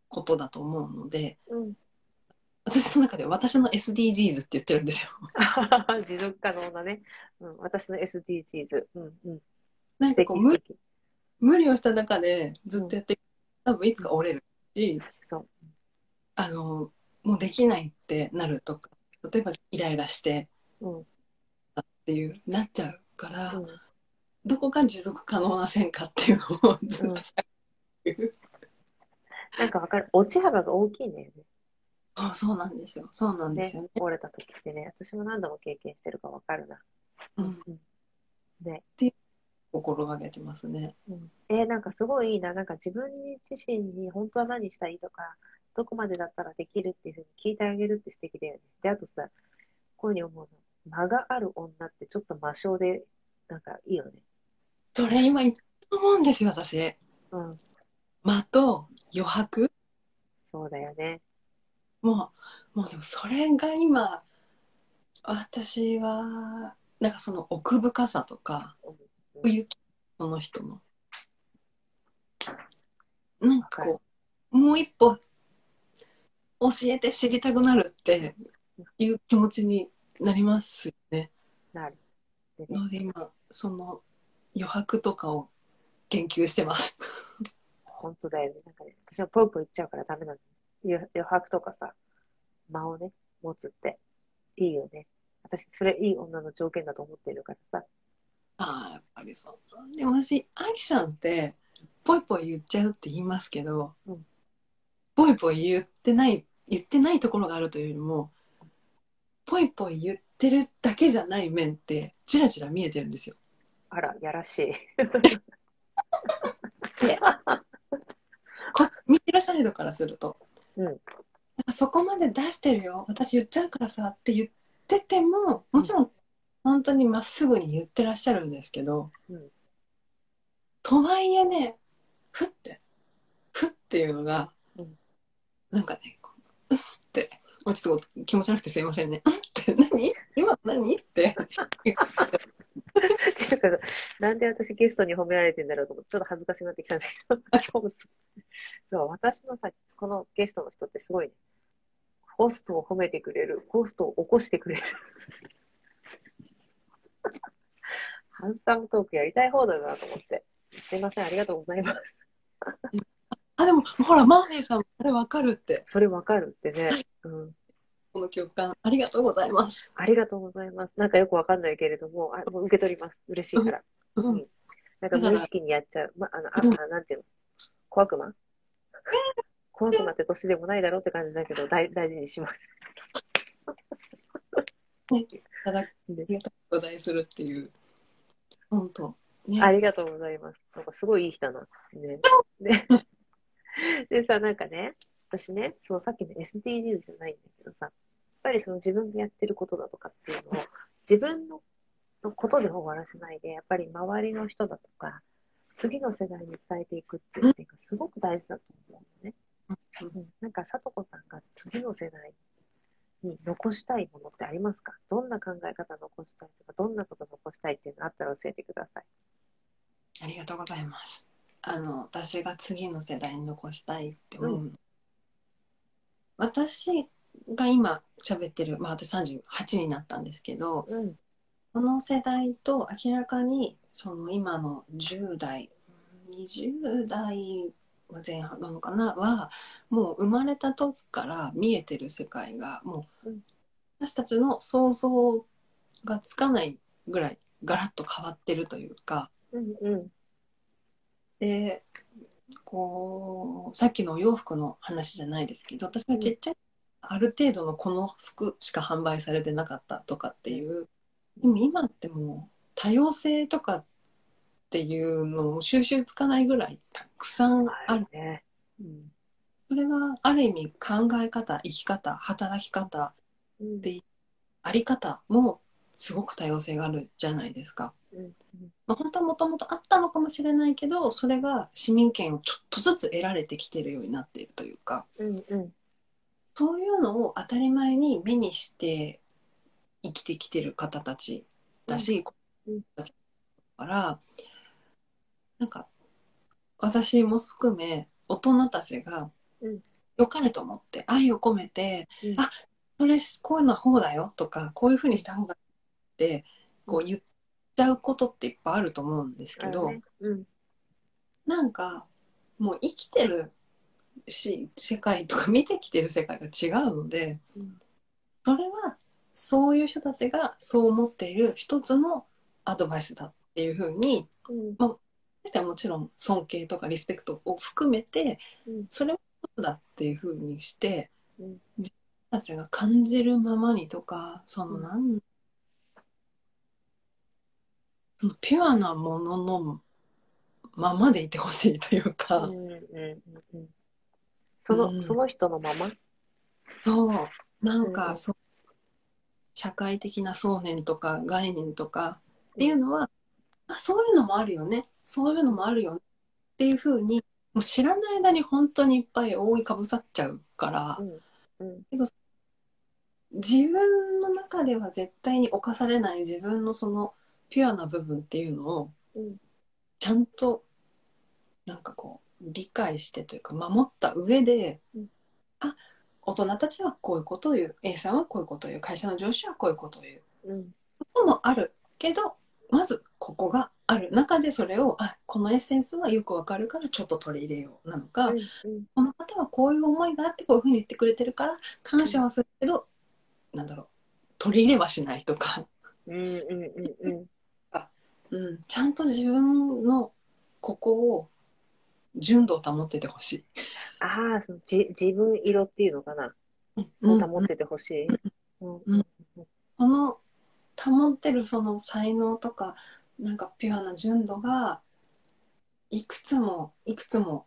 S2: ことだと思うので
S1: うん。
S2: 私の中で私の SDGs って言ってるんですよ。
S1: 持続可能なね。うん、私の SDGs。うんうん。
S2: なんかこう無
S1: 素敵
S2: 無理をした中でずっとやって、多分いつか折れるし、
S1: そう
S2: あの、もうできないってなるとか、例えばイライラして
S1: うんうん
S2: っていう、なっちゃうから、どこが持続可能な線かっていうのをずっと探る、
S1: なんかわかる落ち幅が大きいんだよね
S2: そうそうなんですよ。そうなんですよね。
S1: 折れた時ってね私も何度も経験してるからわかるな
S2: うん、
S1: ね
S2: 心がけてますね。
S1: えーなんかすごいいいな、なんか自分自身に本当は何したいとか、どこまでだったらできるっていうふうに聞いてあげるって素敵だよね。で、あとさ、こういうふうに思うの、間がある女ってちょっと魔性で、なんかいいよね。
S2: それ今言った思うんですよ、私。
S1: うん、
S2: 間と余白
S1: そうだよね。
S2: もう、もうでもそれが今、私は、なんかその奥深さとか、奥行き、その人の。なんかこう、もう一歩、教えて知りたくなるっていう気持ちになりますよね。
S1: なる。でね
S2: ので今、その余白とかを研究してます。
S1: 本当だよね。なんかね、私はポイポイ言っちゃうからダメなの。余余白とかさ、間をね、持つって、いいよね。私、それいい女の条件だと思ってるからさ。
S2: ああ、やっぱりそう。でも私、アキさんって、ぽいぽい言っちゃうって言いますけど
S1: うん、
S2: ぽいぽい言ってない、言ってないところがあるというよりも、ぽいぽい言ってるだけじゃない面って、ちらちら見えてるんですよ。
S1: あら、やらしい。
S2: こ見てらっしゃる人からすると。
S1: うん
S2: なんかそこまで出してるよ、私言っちゃうからさって言ってても、もちろん、本当にまっすぐに言ってらっしゃるんですけど、
S1: うん
S2: とはいえね、ふって、ふっていうのが、
S1: うん
S2: なんかね、こううっって、もうちょっと気持ち悪くてすいませんね、うって、何今何って、
S1: っていうか、なんで私ゲストに褒められてんだろうと思って、ちょっと恥ずかしくなってきたんだけど、そう、私のさ、このゲストの人ってすごいね、ホストを褒めてくれる、ホストを起こしてくれる。ハンサムトークやりたい放題だなと思って。すいません、ありがとうございます。
S2: あ、でも、ほら、マーフィーさんもあれわかるって、
S1: それわかるってね。うん。
S2: この共感、ありがとうございます。
S1: ありがとうございます。なんかよくわかんないけれども、あもう受け取ります。嬉しいから。
S2: うん
S1: なんか無意識にやっちゃう。ま、あの、あ、あなんていうの小悪魔小悪魔って年でもないだろうって感じだけど、大大事にします。
S2: ね、いただき
S1: ね
S2: ありがとうございするっていう。本当。ね、
S1: ありがとうございます。なんかすごいいい人だな。ね。 ねでさ、なんかね、私ね、そのさっきの SDGs じゃないんだけどさ、やっぱりその自分がやってることだとかっていうのを、自分ののことで終わらせないで、やっぱり周りの人だとか、次の世代に伝えていくっていう点がすごく大事だと思うのね。うんなんか、さとこさんが次の世代に残したいものってありますかどんな考え方残したいとか、どんなこと残したいっていうのあったら教えてください。
S2: ありがとうございます。あの、私が次の世代に残したいって思う。
S1: う
S2: 私が今喋ってる、まあ、私38になったんですけど、
S1: うん。
S2: この世代と明らかに、その今の10代、20代前半なのかなは、もう生まれた時から見えてる世界が、もう
S1: うん
S2: 私たちの想像がつかないぐらいガラッと変わってるというか、
S1: うんうん。
S2: でこうさっきのお洋服の話じゃないですけど私がちっちゃい、ある程度のこの服しか販売されてなかったとかっていうでも今ってもう多様性とかっていうのも収集つかないぐらいたくさんある
S1: ね。うん。
S2: それはある意味考え方生き方働き方
S1: うん
S2: であり方もすごく多様性があるじゃないですか。
S1: うん
S2: まあ、本当はもともとあったのかもしれないけどそれが市民権をちょっとずつ得られてきてるようになっているというか
S1: うんうん。
S2: そういうのを当たり前に目にして生きてきてる方たちだし、
S1: うんうん
S2: だからなんか私も含め大人たちが
S1: うん
S2: 良かれと思って愛を込めて、
S1: うん
S2: あそれこういうのはこうだよとかこういうふうにした方がいいってこう言っちゃうことっていっぱいあると思うんですけど。
S1: あのねうん。
S2: なんかもう生きてるし世界とか見てきてる世界が違うので、
S1: うん
S2: それはそういう人たちがそう思っている一つのアドバイスだっていうふうに
S1: うん
S2: そしてはもちろん尊敬とかリスペクトを含めて、
S1: うん
S2: それも一つだっていうふうにして、
S1: うん
S2: 自分たちが感じるままにとかその
S1: うん
S2: なん、そのピュアなもののままでいてほしいというか、
S1: うんうんうんその、
S2: うん
S1: その人のまま。
S2: そうなんか、
S1: うん
S2: そう社会的な想念とか概念とかっていうのは、あそういうのもあるよねそういうのもあるよねっていうふうにもう知らない間に本当にいっぱい覆いかぶさっちゃうから
S1: うんうん
S2: 自分の中では絶対に侵されない自分のそのピュアな部分っていうのを
S1: うん
S2: ちゃんとなんかこう理解してというか守った上で、
S1: うん
S2: あ大人たちはこういうことを言う A さんはこういうことを言う会社の上司はこういうことを言う
S1: うん
S2: こともあるけどまずここがある中でそれをあこのエッセンスはよくわかるからちょっと取り入れようなのか、
S1: うん
S2: この方はこういう思いがあってこういうふうに言ってくれてるから感謝はするけど、なんだろう取り入れはしないとか、
S1: うんうんうん
S2: うん、ちゃんと自分のここを純度を保っててほしい。
S1: ああ、そのじ自分色っていうのかな。
S2: う
S1: を
S2: ん
S1: 保っててほしい。うん
S2: その保ってるその才能とかなんかピュアな純度がいくつもいくつも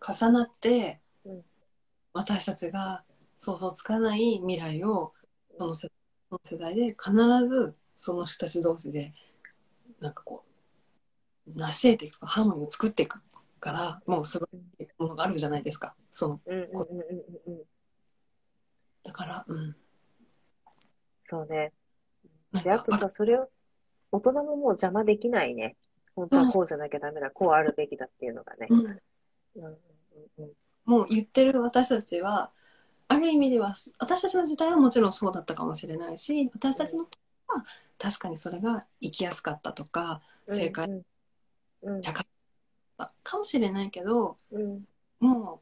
S2: 重なって、
S1: うん
S2: 私たちが想像つかない未来をその世その世代で必ずその人たち同士でなんかこう成し得ていくハーモニーを作っていくからもう素晴らしいものがあるじゃないですかその
S1: うんうんうんうんうん。
S2: だから、うん、
S1: そうね。
S2: なん
S1: で、あ
S2: か
S1: とさ、それを、大人ももう邪魔できないね。本当はこうじゃなきゃダメだ、こうあるべきだっていうのがね。
S2: うん
S1: うんうんうん
S2: もう言ってる私たちはある意味では私たちの時代はもちろんそうだったかもしれないし私たちの時は確かにそれが生きやすかったとか
S1: うん
S2: 正解。
S1: うん
S2: 社会だったかもしれないけど
S1: うん
S2: もう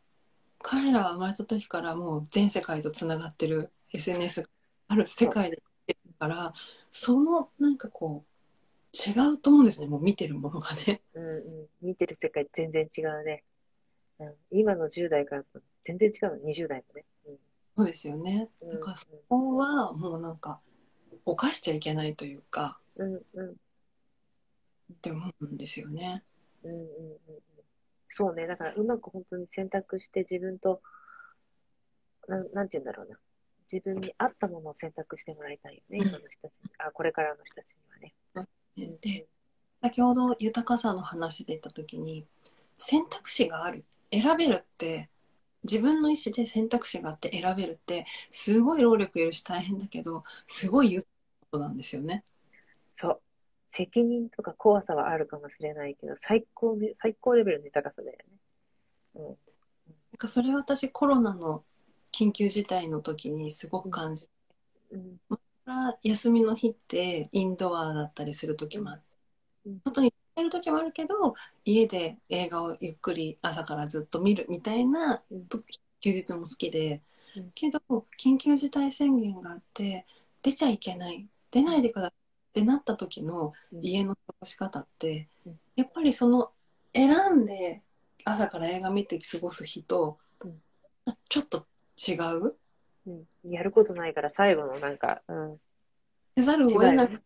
S2: 彼らは生まれた時からもう全世界とつながってる SNS がある世界で生きてるからそのなんかこう違うと思うんですねもう見てるものが ね。
S1: うんうん。見てる世界全然違うね。うん今の10代からと全然違うの、20代もね。
S2: そうですよね
S1: うん
S2: だからそこはもうなんか犯しちゃいけないというか。
S1: うんうん
S2: って思うんですよね。
S1: うんうんうんうんそうね、だからうまく本当に選択して自分と、なんなんて言うんだろうな。自分に合ったものを選択してもらいたいよね、
S2: うん
S1: 今の人たちに。あ、これからの人たちにはね。
S2: で先ほど豊かさの話で言った時に選択肢がある選べるって自分の意思で選択肢があって選べるってすごい労力いるし大変だけどすごい言うことなんですよね。
S1: そう。責任とか怖さはあるかもしれないけど、最高ね、最高レベルの豊かさだよね。
S2: なんかそれは私コロナの緊急事態の時にすごく感じ
S1: うん。
S2: た休みの日ってインドアだったりする時もあって
S1: うん
S2: 外に出る時もあるけど家で映画をゆっくり朝からずっと見るみたいな
S1: うん
S2: と休日も好きで、
S1: うん
S2: けど緊急事態宣言があって出ちゃいけない出ないでくださいってなった時の
S1: うん
S2: 家の過ごし方って、
S1: うん
S2: やっぱりその選んで朝から映画見て過ごす日と、
S1: うん
S2: ちょっと違う
S1: うんやることないから最後のなんか、うん。
S2: せざるを
S1: 違う
S2: 得
S1: よ
S2: な
S1: ね
S2: く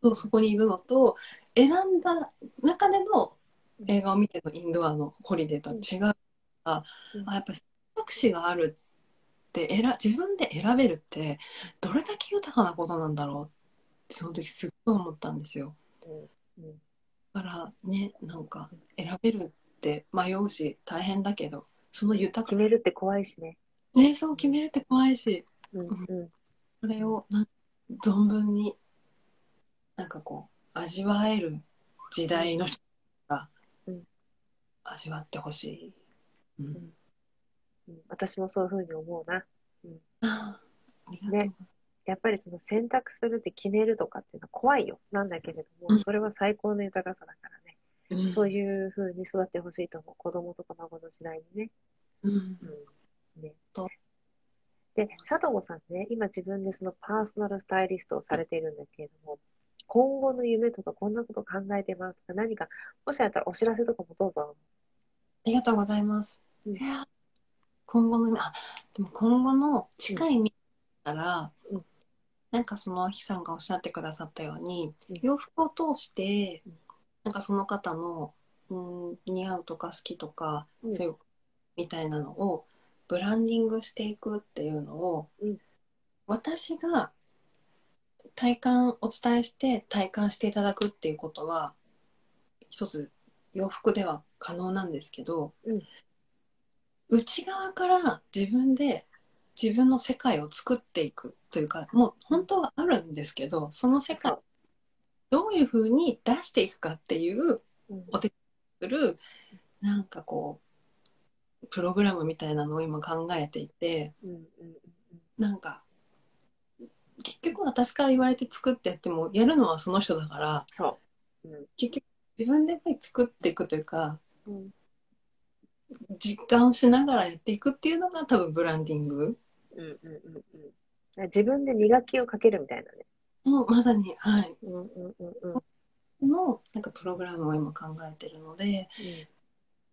S2: そうそこにいるのと選んだ中での映画を見てのインドアのホリデーとは違うから、
S1: うん
S2: あやっぱり選択肢があるって選自分で選べるってどれだけ豊かなことなんだろうってその時すっごい思ったんですよ。
S1: うんうん
S2: だからねなんか選べるって迷うし大変だけどその豊
S1: 決
S2: か
S1: めるって怖いしね。
S2: ねそう決めるって怖いし
S1: うんうん。
S2: それをなん存分になんかこう味わえる時代の人が
S1: うん
S2: 味わってほしい。うん
S1: うん私もそういうふうに思うな。
S2: あーありがとうございます
S1: やっぱりその選択するって決めるとかっていうのは怖いよ。なんだけれども、
S2: うん
S1: それは最高の豊かさだからね。
S2: うん
S1: そういう風に育ってほしいと思う。子供とか孫の時代にね。
S2: うん
S1: うん。ね
S2: と。
S1: で、佐藤さんね、今自分でそのパーソナルスタイリストをされているんだけれども、今後の夢とかこんなこと考えてますとか、何か、もしあったらお知らせとかもどうぞ。
S2: ありがとうございます。
S1: うん
S2: いや今後の夢、あ、でも今後の近い未来から、
S1: うん
S2: なんかその日さんがおっしゃってくださったように、
S1: うん
S2: 洋服を通して
S1: うん、
S2: なんかその方の、うん、似合うとか好きとか、
S1: うん
S2: そういう、みたいなのを、ブランディングしていくっていうのを、
S1: うん
S2: 私が体感、お伝えして体感していただくっていうことは、一つ洋服では可能なんですけど、
S1: うん
S2: 内側から自分で自分の世界を作っていくというかもう本当はあるんですけどその世界をどういうふうに出していくかっていう
S1: うん
S2: おするなんかこうプログラムみたいなのを今考えていて
S1: うんうんうんうん
S2: なんか結局私から言われて作ってやってもやるのはその人だから
S1: そ
S2: 結局自分でやっぱり作っていくというか
S1: う。うん
S2: 実感しながらやっていくっていうのが多分ブランディング
S1: うんうんうんうん。自分で磨きをかけるみたいなね。
S2: のまさに、はい、
S1: うんうんうんうん。うん
S2: のなんかプログラムを今考えてるので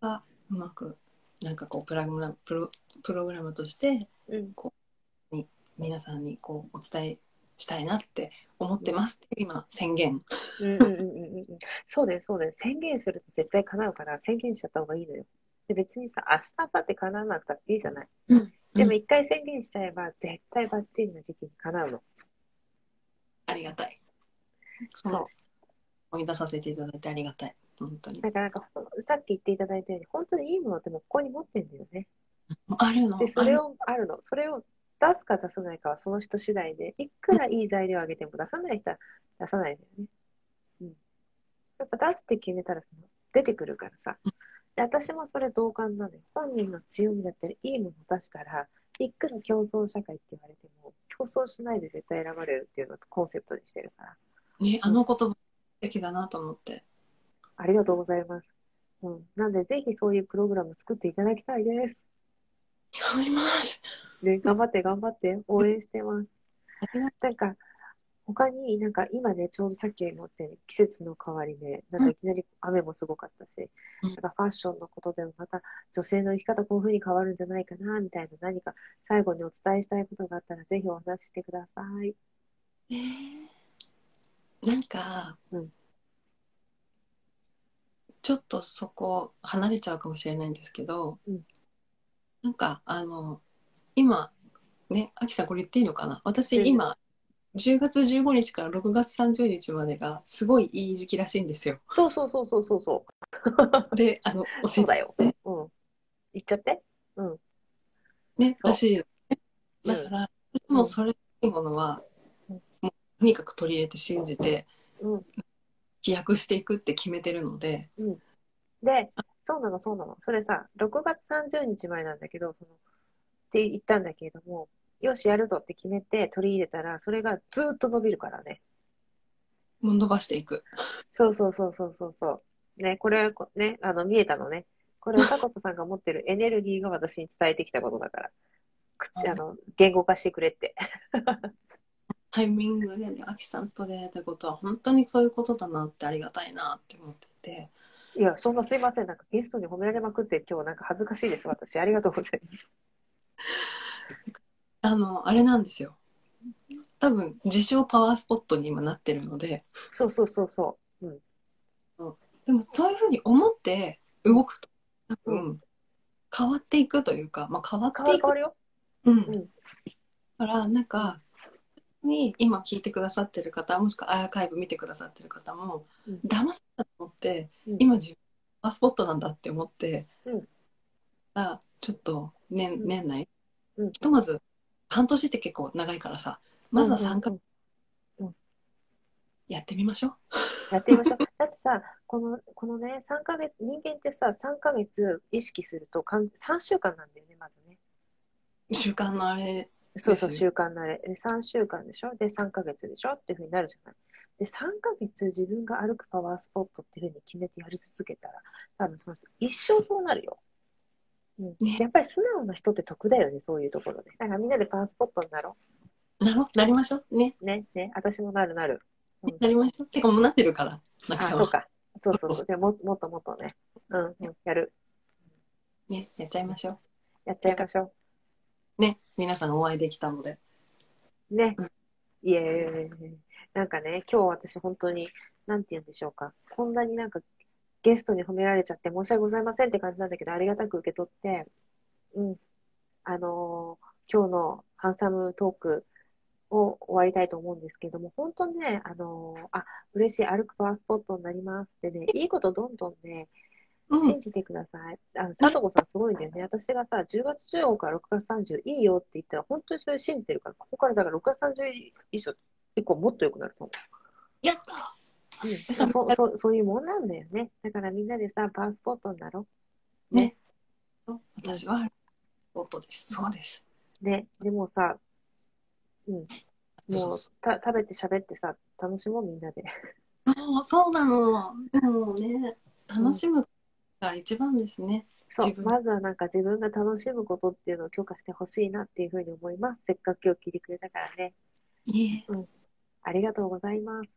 S2: うまくなんかこうプラグラムプロプログラムとして
S1: うん
S2: 皆さんにこうお伝えしたいなって思ってますって今宣言
S1: うんうんうんうんうんそうだよ、そうだよ。宣言すると絶対叶うから、宣言しちゃった方がいいのよ。で、別にさ、明日、明後日叶わなくたっていいじゃない。
S2: うん
S1: でも一回宣言しちゃえば、絶対バッチリの時期に叶うの。
S2: ありがたいその思い出させていただいてありがたい本当に
S1: だからなんか、さっき言っていただいたように、本当にいいものってもうここに持ってんだよね。
S2: あるの
S1: で、それ
S2: ある
S1: を、あるの。それを出すか出さないかはその人次第で、いくらいい材料をあげても出さない人は出さないんだよね。うん。やっぱ出すって決めたらその出てくるからさ。で私もそれ同感なのよ。本人の強みだったり、いいものを出したら、いくら競争社会って言われても、競争しないで絶対選ばれるっていうのをコンセプトにしてるから。
S2: ねあの言葉素敵だなと思って
S1: ありがとうございます。うん。なんで、ぜひそういうプログラム作っていただきたいです。
S2: 頑張ります
S1: ね、頑張って頑張って、応援してます。
S2: ありが
S1: なんか、他になんか今ね、ちょうどさっきもって季節の変わりで、なんかいきなり雨もすごかったし、
S2: うん
S1: なんかファッションのことでもまた女性の生き方こういう風に変わるんじゃないかな、みたいな何か最後にお伝えしたいことがあったらぜひお話ししてください。
S2: えーなんか、
S1: うん
S2: ちょっとそこ離れちゃうかもしれないんですけど、
S1: うん
S2: なんかあの今ねあきさんこれ言っていいのかな私
S1: 全然
S2: 今10月15日から6月30日までがすごいいい時期らしいんですよ。
S1: そうそうそうそうそうそう。
S2: であのお
S1: そうだよ。うん
S2: ね。
S1: 言っちゃって。
S2: ね
S1: そう
S2: らしいよね
S1: うん
S2: だから、私もそれっていうものは、
S1: うん
S2: もうとにかく取り入れて信じて
S1: うん。
S2: 飛躍していくって決めてるので、
S1: で、そうなの、そうなの。それさ、6月30日前なんだけど、その、って言ったんだけれども、よし、やるぞって決めて取り入れたら、それがずっと伸びるからね。
S2: もう伸ばしていく。
S1: そうそうそうそうそうそう。ね、これ、こね、あの、見えたのね。これ、タコトさんが持ってるエネルギーが私に伝えてきたことだから。口、あの、言語化してくれって。
S2: タイミングでね、アキさんと出会えたことは本当にそういうことだなってありがたいなって思ってて。
S1: いや、そんなすいません。なんかゲストに褒められまくって、今日なんか恥ずかしいです。私、ありがとうございます。
S2: あの、あれなんですよ。多分、自称パワースポットに今なってるので、
S1: そうそうそうそう。
S2: でもそういうふうに思って動くと、多分、変わっていくというか、まあ変わっ
S1: 変わ
S2: て
S1: る変
S2: いく
S1: わ。るよ。
S2: うん。
S1: うん
S2: だから、なんか、に今聞いてくださってる方、もしくはアーカイブ見てくださってる方も、
S1: うん
S2: 騙されたと思って、
S1: うん
S2: 今自分パワースポットなんだって思って、
S1: うん
S2: あちょっと年
S1: うん
S2: 年内、
S1: うん
S2: ひとまず半年って結構長いからさまずは3
S1: う
S2: 回
S1: んうんうん
S2: やってみましょう、
S1: やってみましょう。だってさ、この、このね、3ヶ月、人間ってさ、3ヶ月意識するとかん、3週間なんだよね、まずね。
S2: 習慣のあれ
S1: そうそう、
S2: です
S1: 習慣慣れ。で3週間でしょで、3ヶ月でしょっていうふうになるじゃない。で、3ヶ月自分が歩くパワースポットっていうふうに決めてやり続けたら、多分その人一生そうなるよ。うん、
S2: ね
S1: やっぱり素直な人って得だよね、そういうところで。だからみんなでパワースポットになろ
S2: なろなりましょう。ね。
S1: う。ね、ね、私もなるなる。うん
S2: なりましょう。てか、もうなってるから。な
S1: あ、
S2: くさ
S1: そ
S2: ん
S1: う
S2: は。
S1: か。そうそう そう。じゃあも、もっともっとね。うん、うん、やる。
S2: ね。やっちゃいましょ
S1: やっちゃいましょ
S2: う。ね。皆さんお会いできたので。
S1: う。ね
S2: うん。
S1: いえ、なんかね、今日私本当に、なんて言うんでしょうか。こんなになんかゲストに褒められちゃって申し訳ございませんって感じなんだけど、ありがたく受け取って、うん。あのー今日のハンサムトークを終わりたいと思うんですけども、本当にね、あのーあ、嬉しい、歩くパワースポットになりますってね、いいことどんどんね、
S2: うん
S1: 信。じてください。あの、さとこさんすごいんだよね。私がさ、10月15日から6月30いいよって言ったら、本当にそれ信じてるから、ここからだから6月30以上、以降もっと良くなると思
S2: やった
S1: う。うん、そうそうそういうもんなんだよね。だからみんなでさ、パワースポットになろ
S2: ね。私は、夫です。そうです。
S1: う。ね、でもさ、うん。
S2: そ
S1: も
S2: う
S1: うた食べて喋ってさ、楽しもうみんなで。
S2: そう、そうなの。でもね、楽しむが一番ですね。
S1: そ
S2: 自
S1: う、
S2: 分
S1: まずはなんか自分が楽しむことっていうのを強化してほしいなっていうふうに思います。せっかく今日聞いてくれたからね。
S2: ね。
S1: ありがとうございます。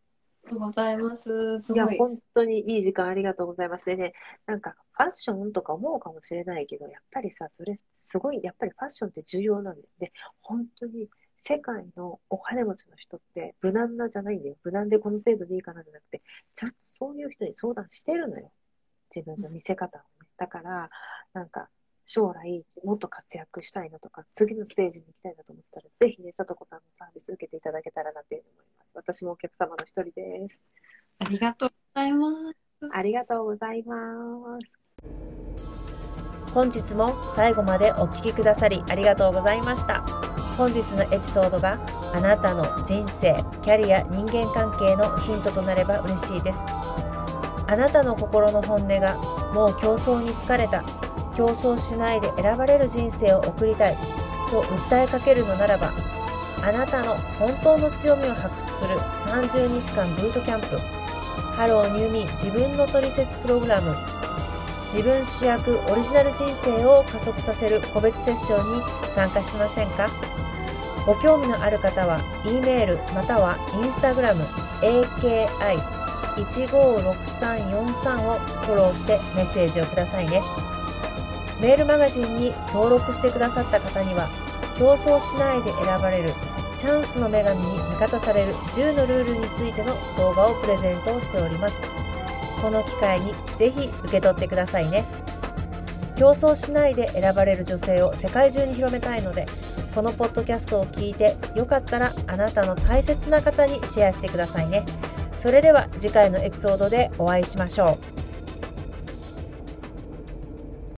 S2: ありがとうございます。す
S1: いや、
S2: ごい。
S1: 本当にいい時間ありがとうございます。でね、なんかファッションとか思うかもしれないけど、やっぱりさ、それすごい、やっぱりファッションって重要なんだよね。本当に世界のお金持ちの人って無難なじゃないんだよ。無難でこの程度でいいかなじゃなくて、ちゃんとそういう人に相談してるのよ。自分の見せ方をね。だから、なんか、将来もっと活躍したいなとか、次のステージに行きたいなと思ったら、ぜひね、さとこさんのサービス受けていただけたらなって思います。私もお客様の一人です。
S2: ありがとうございます。
S1: ありがとうございます。
S3: 本日も最後までお聞きくださりありがとうございました本日のエピソードがあなたの人生キャリア人間関係のヒントとなれば嬉しいですあなたの心の本音がもう競争に疲れた競争しないで選ばれる人生を送りたいと訴えかけるのならばあなたの本当の強みを発掘する30日間ブートキャンプハローニューミー自分のトリセツプログラム自分主役オリジナル人生を加速させる個別セッションに参加しませんかご興味のある方は E メールまたは Instagram AKI156343 をフォローしてメッセージをくださいねメールマガジンに登録してくださった方には競争しないで選ばれるチャンスの女神に味方される10のルールについての動画をプレゼントしておりますこの機会にぜひ受け取ってくださいね競争しないで選ばれる女性を世界中に広めたいのでこのポッドキャストを聞いてよかったらあなたの大切な方にシェアしてくださいねそれでは次回のエピソードでお会いしましょう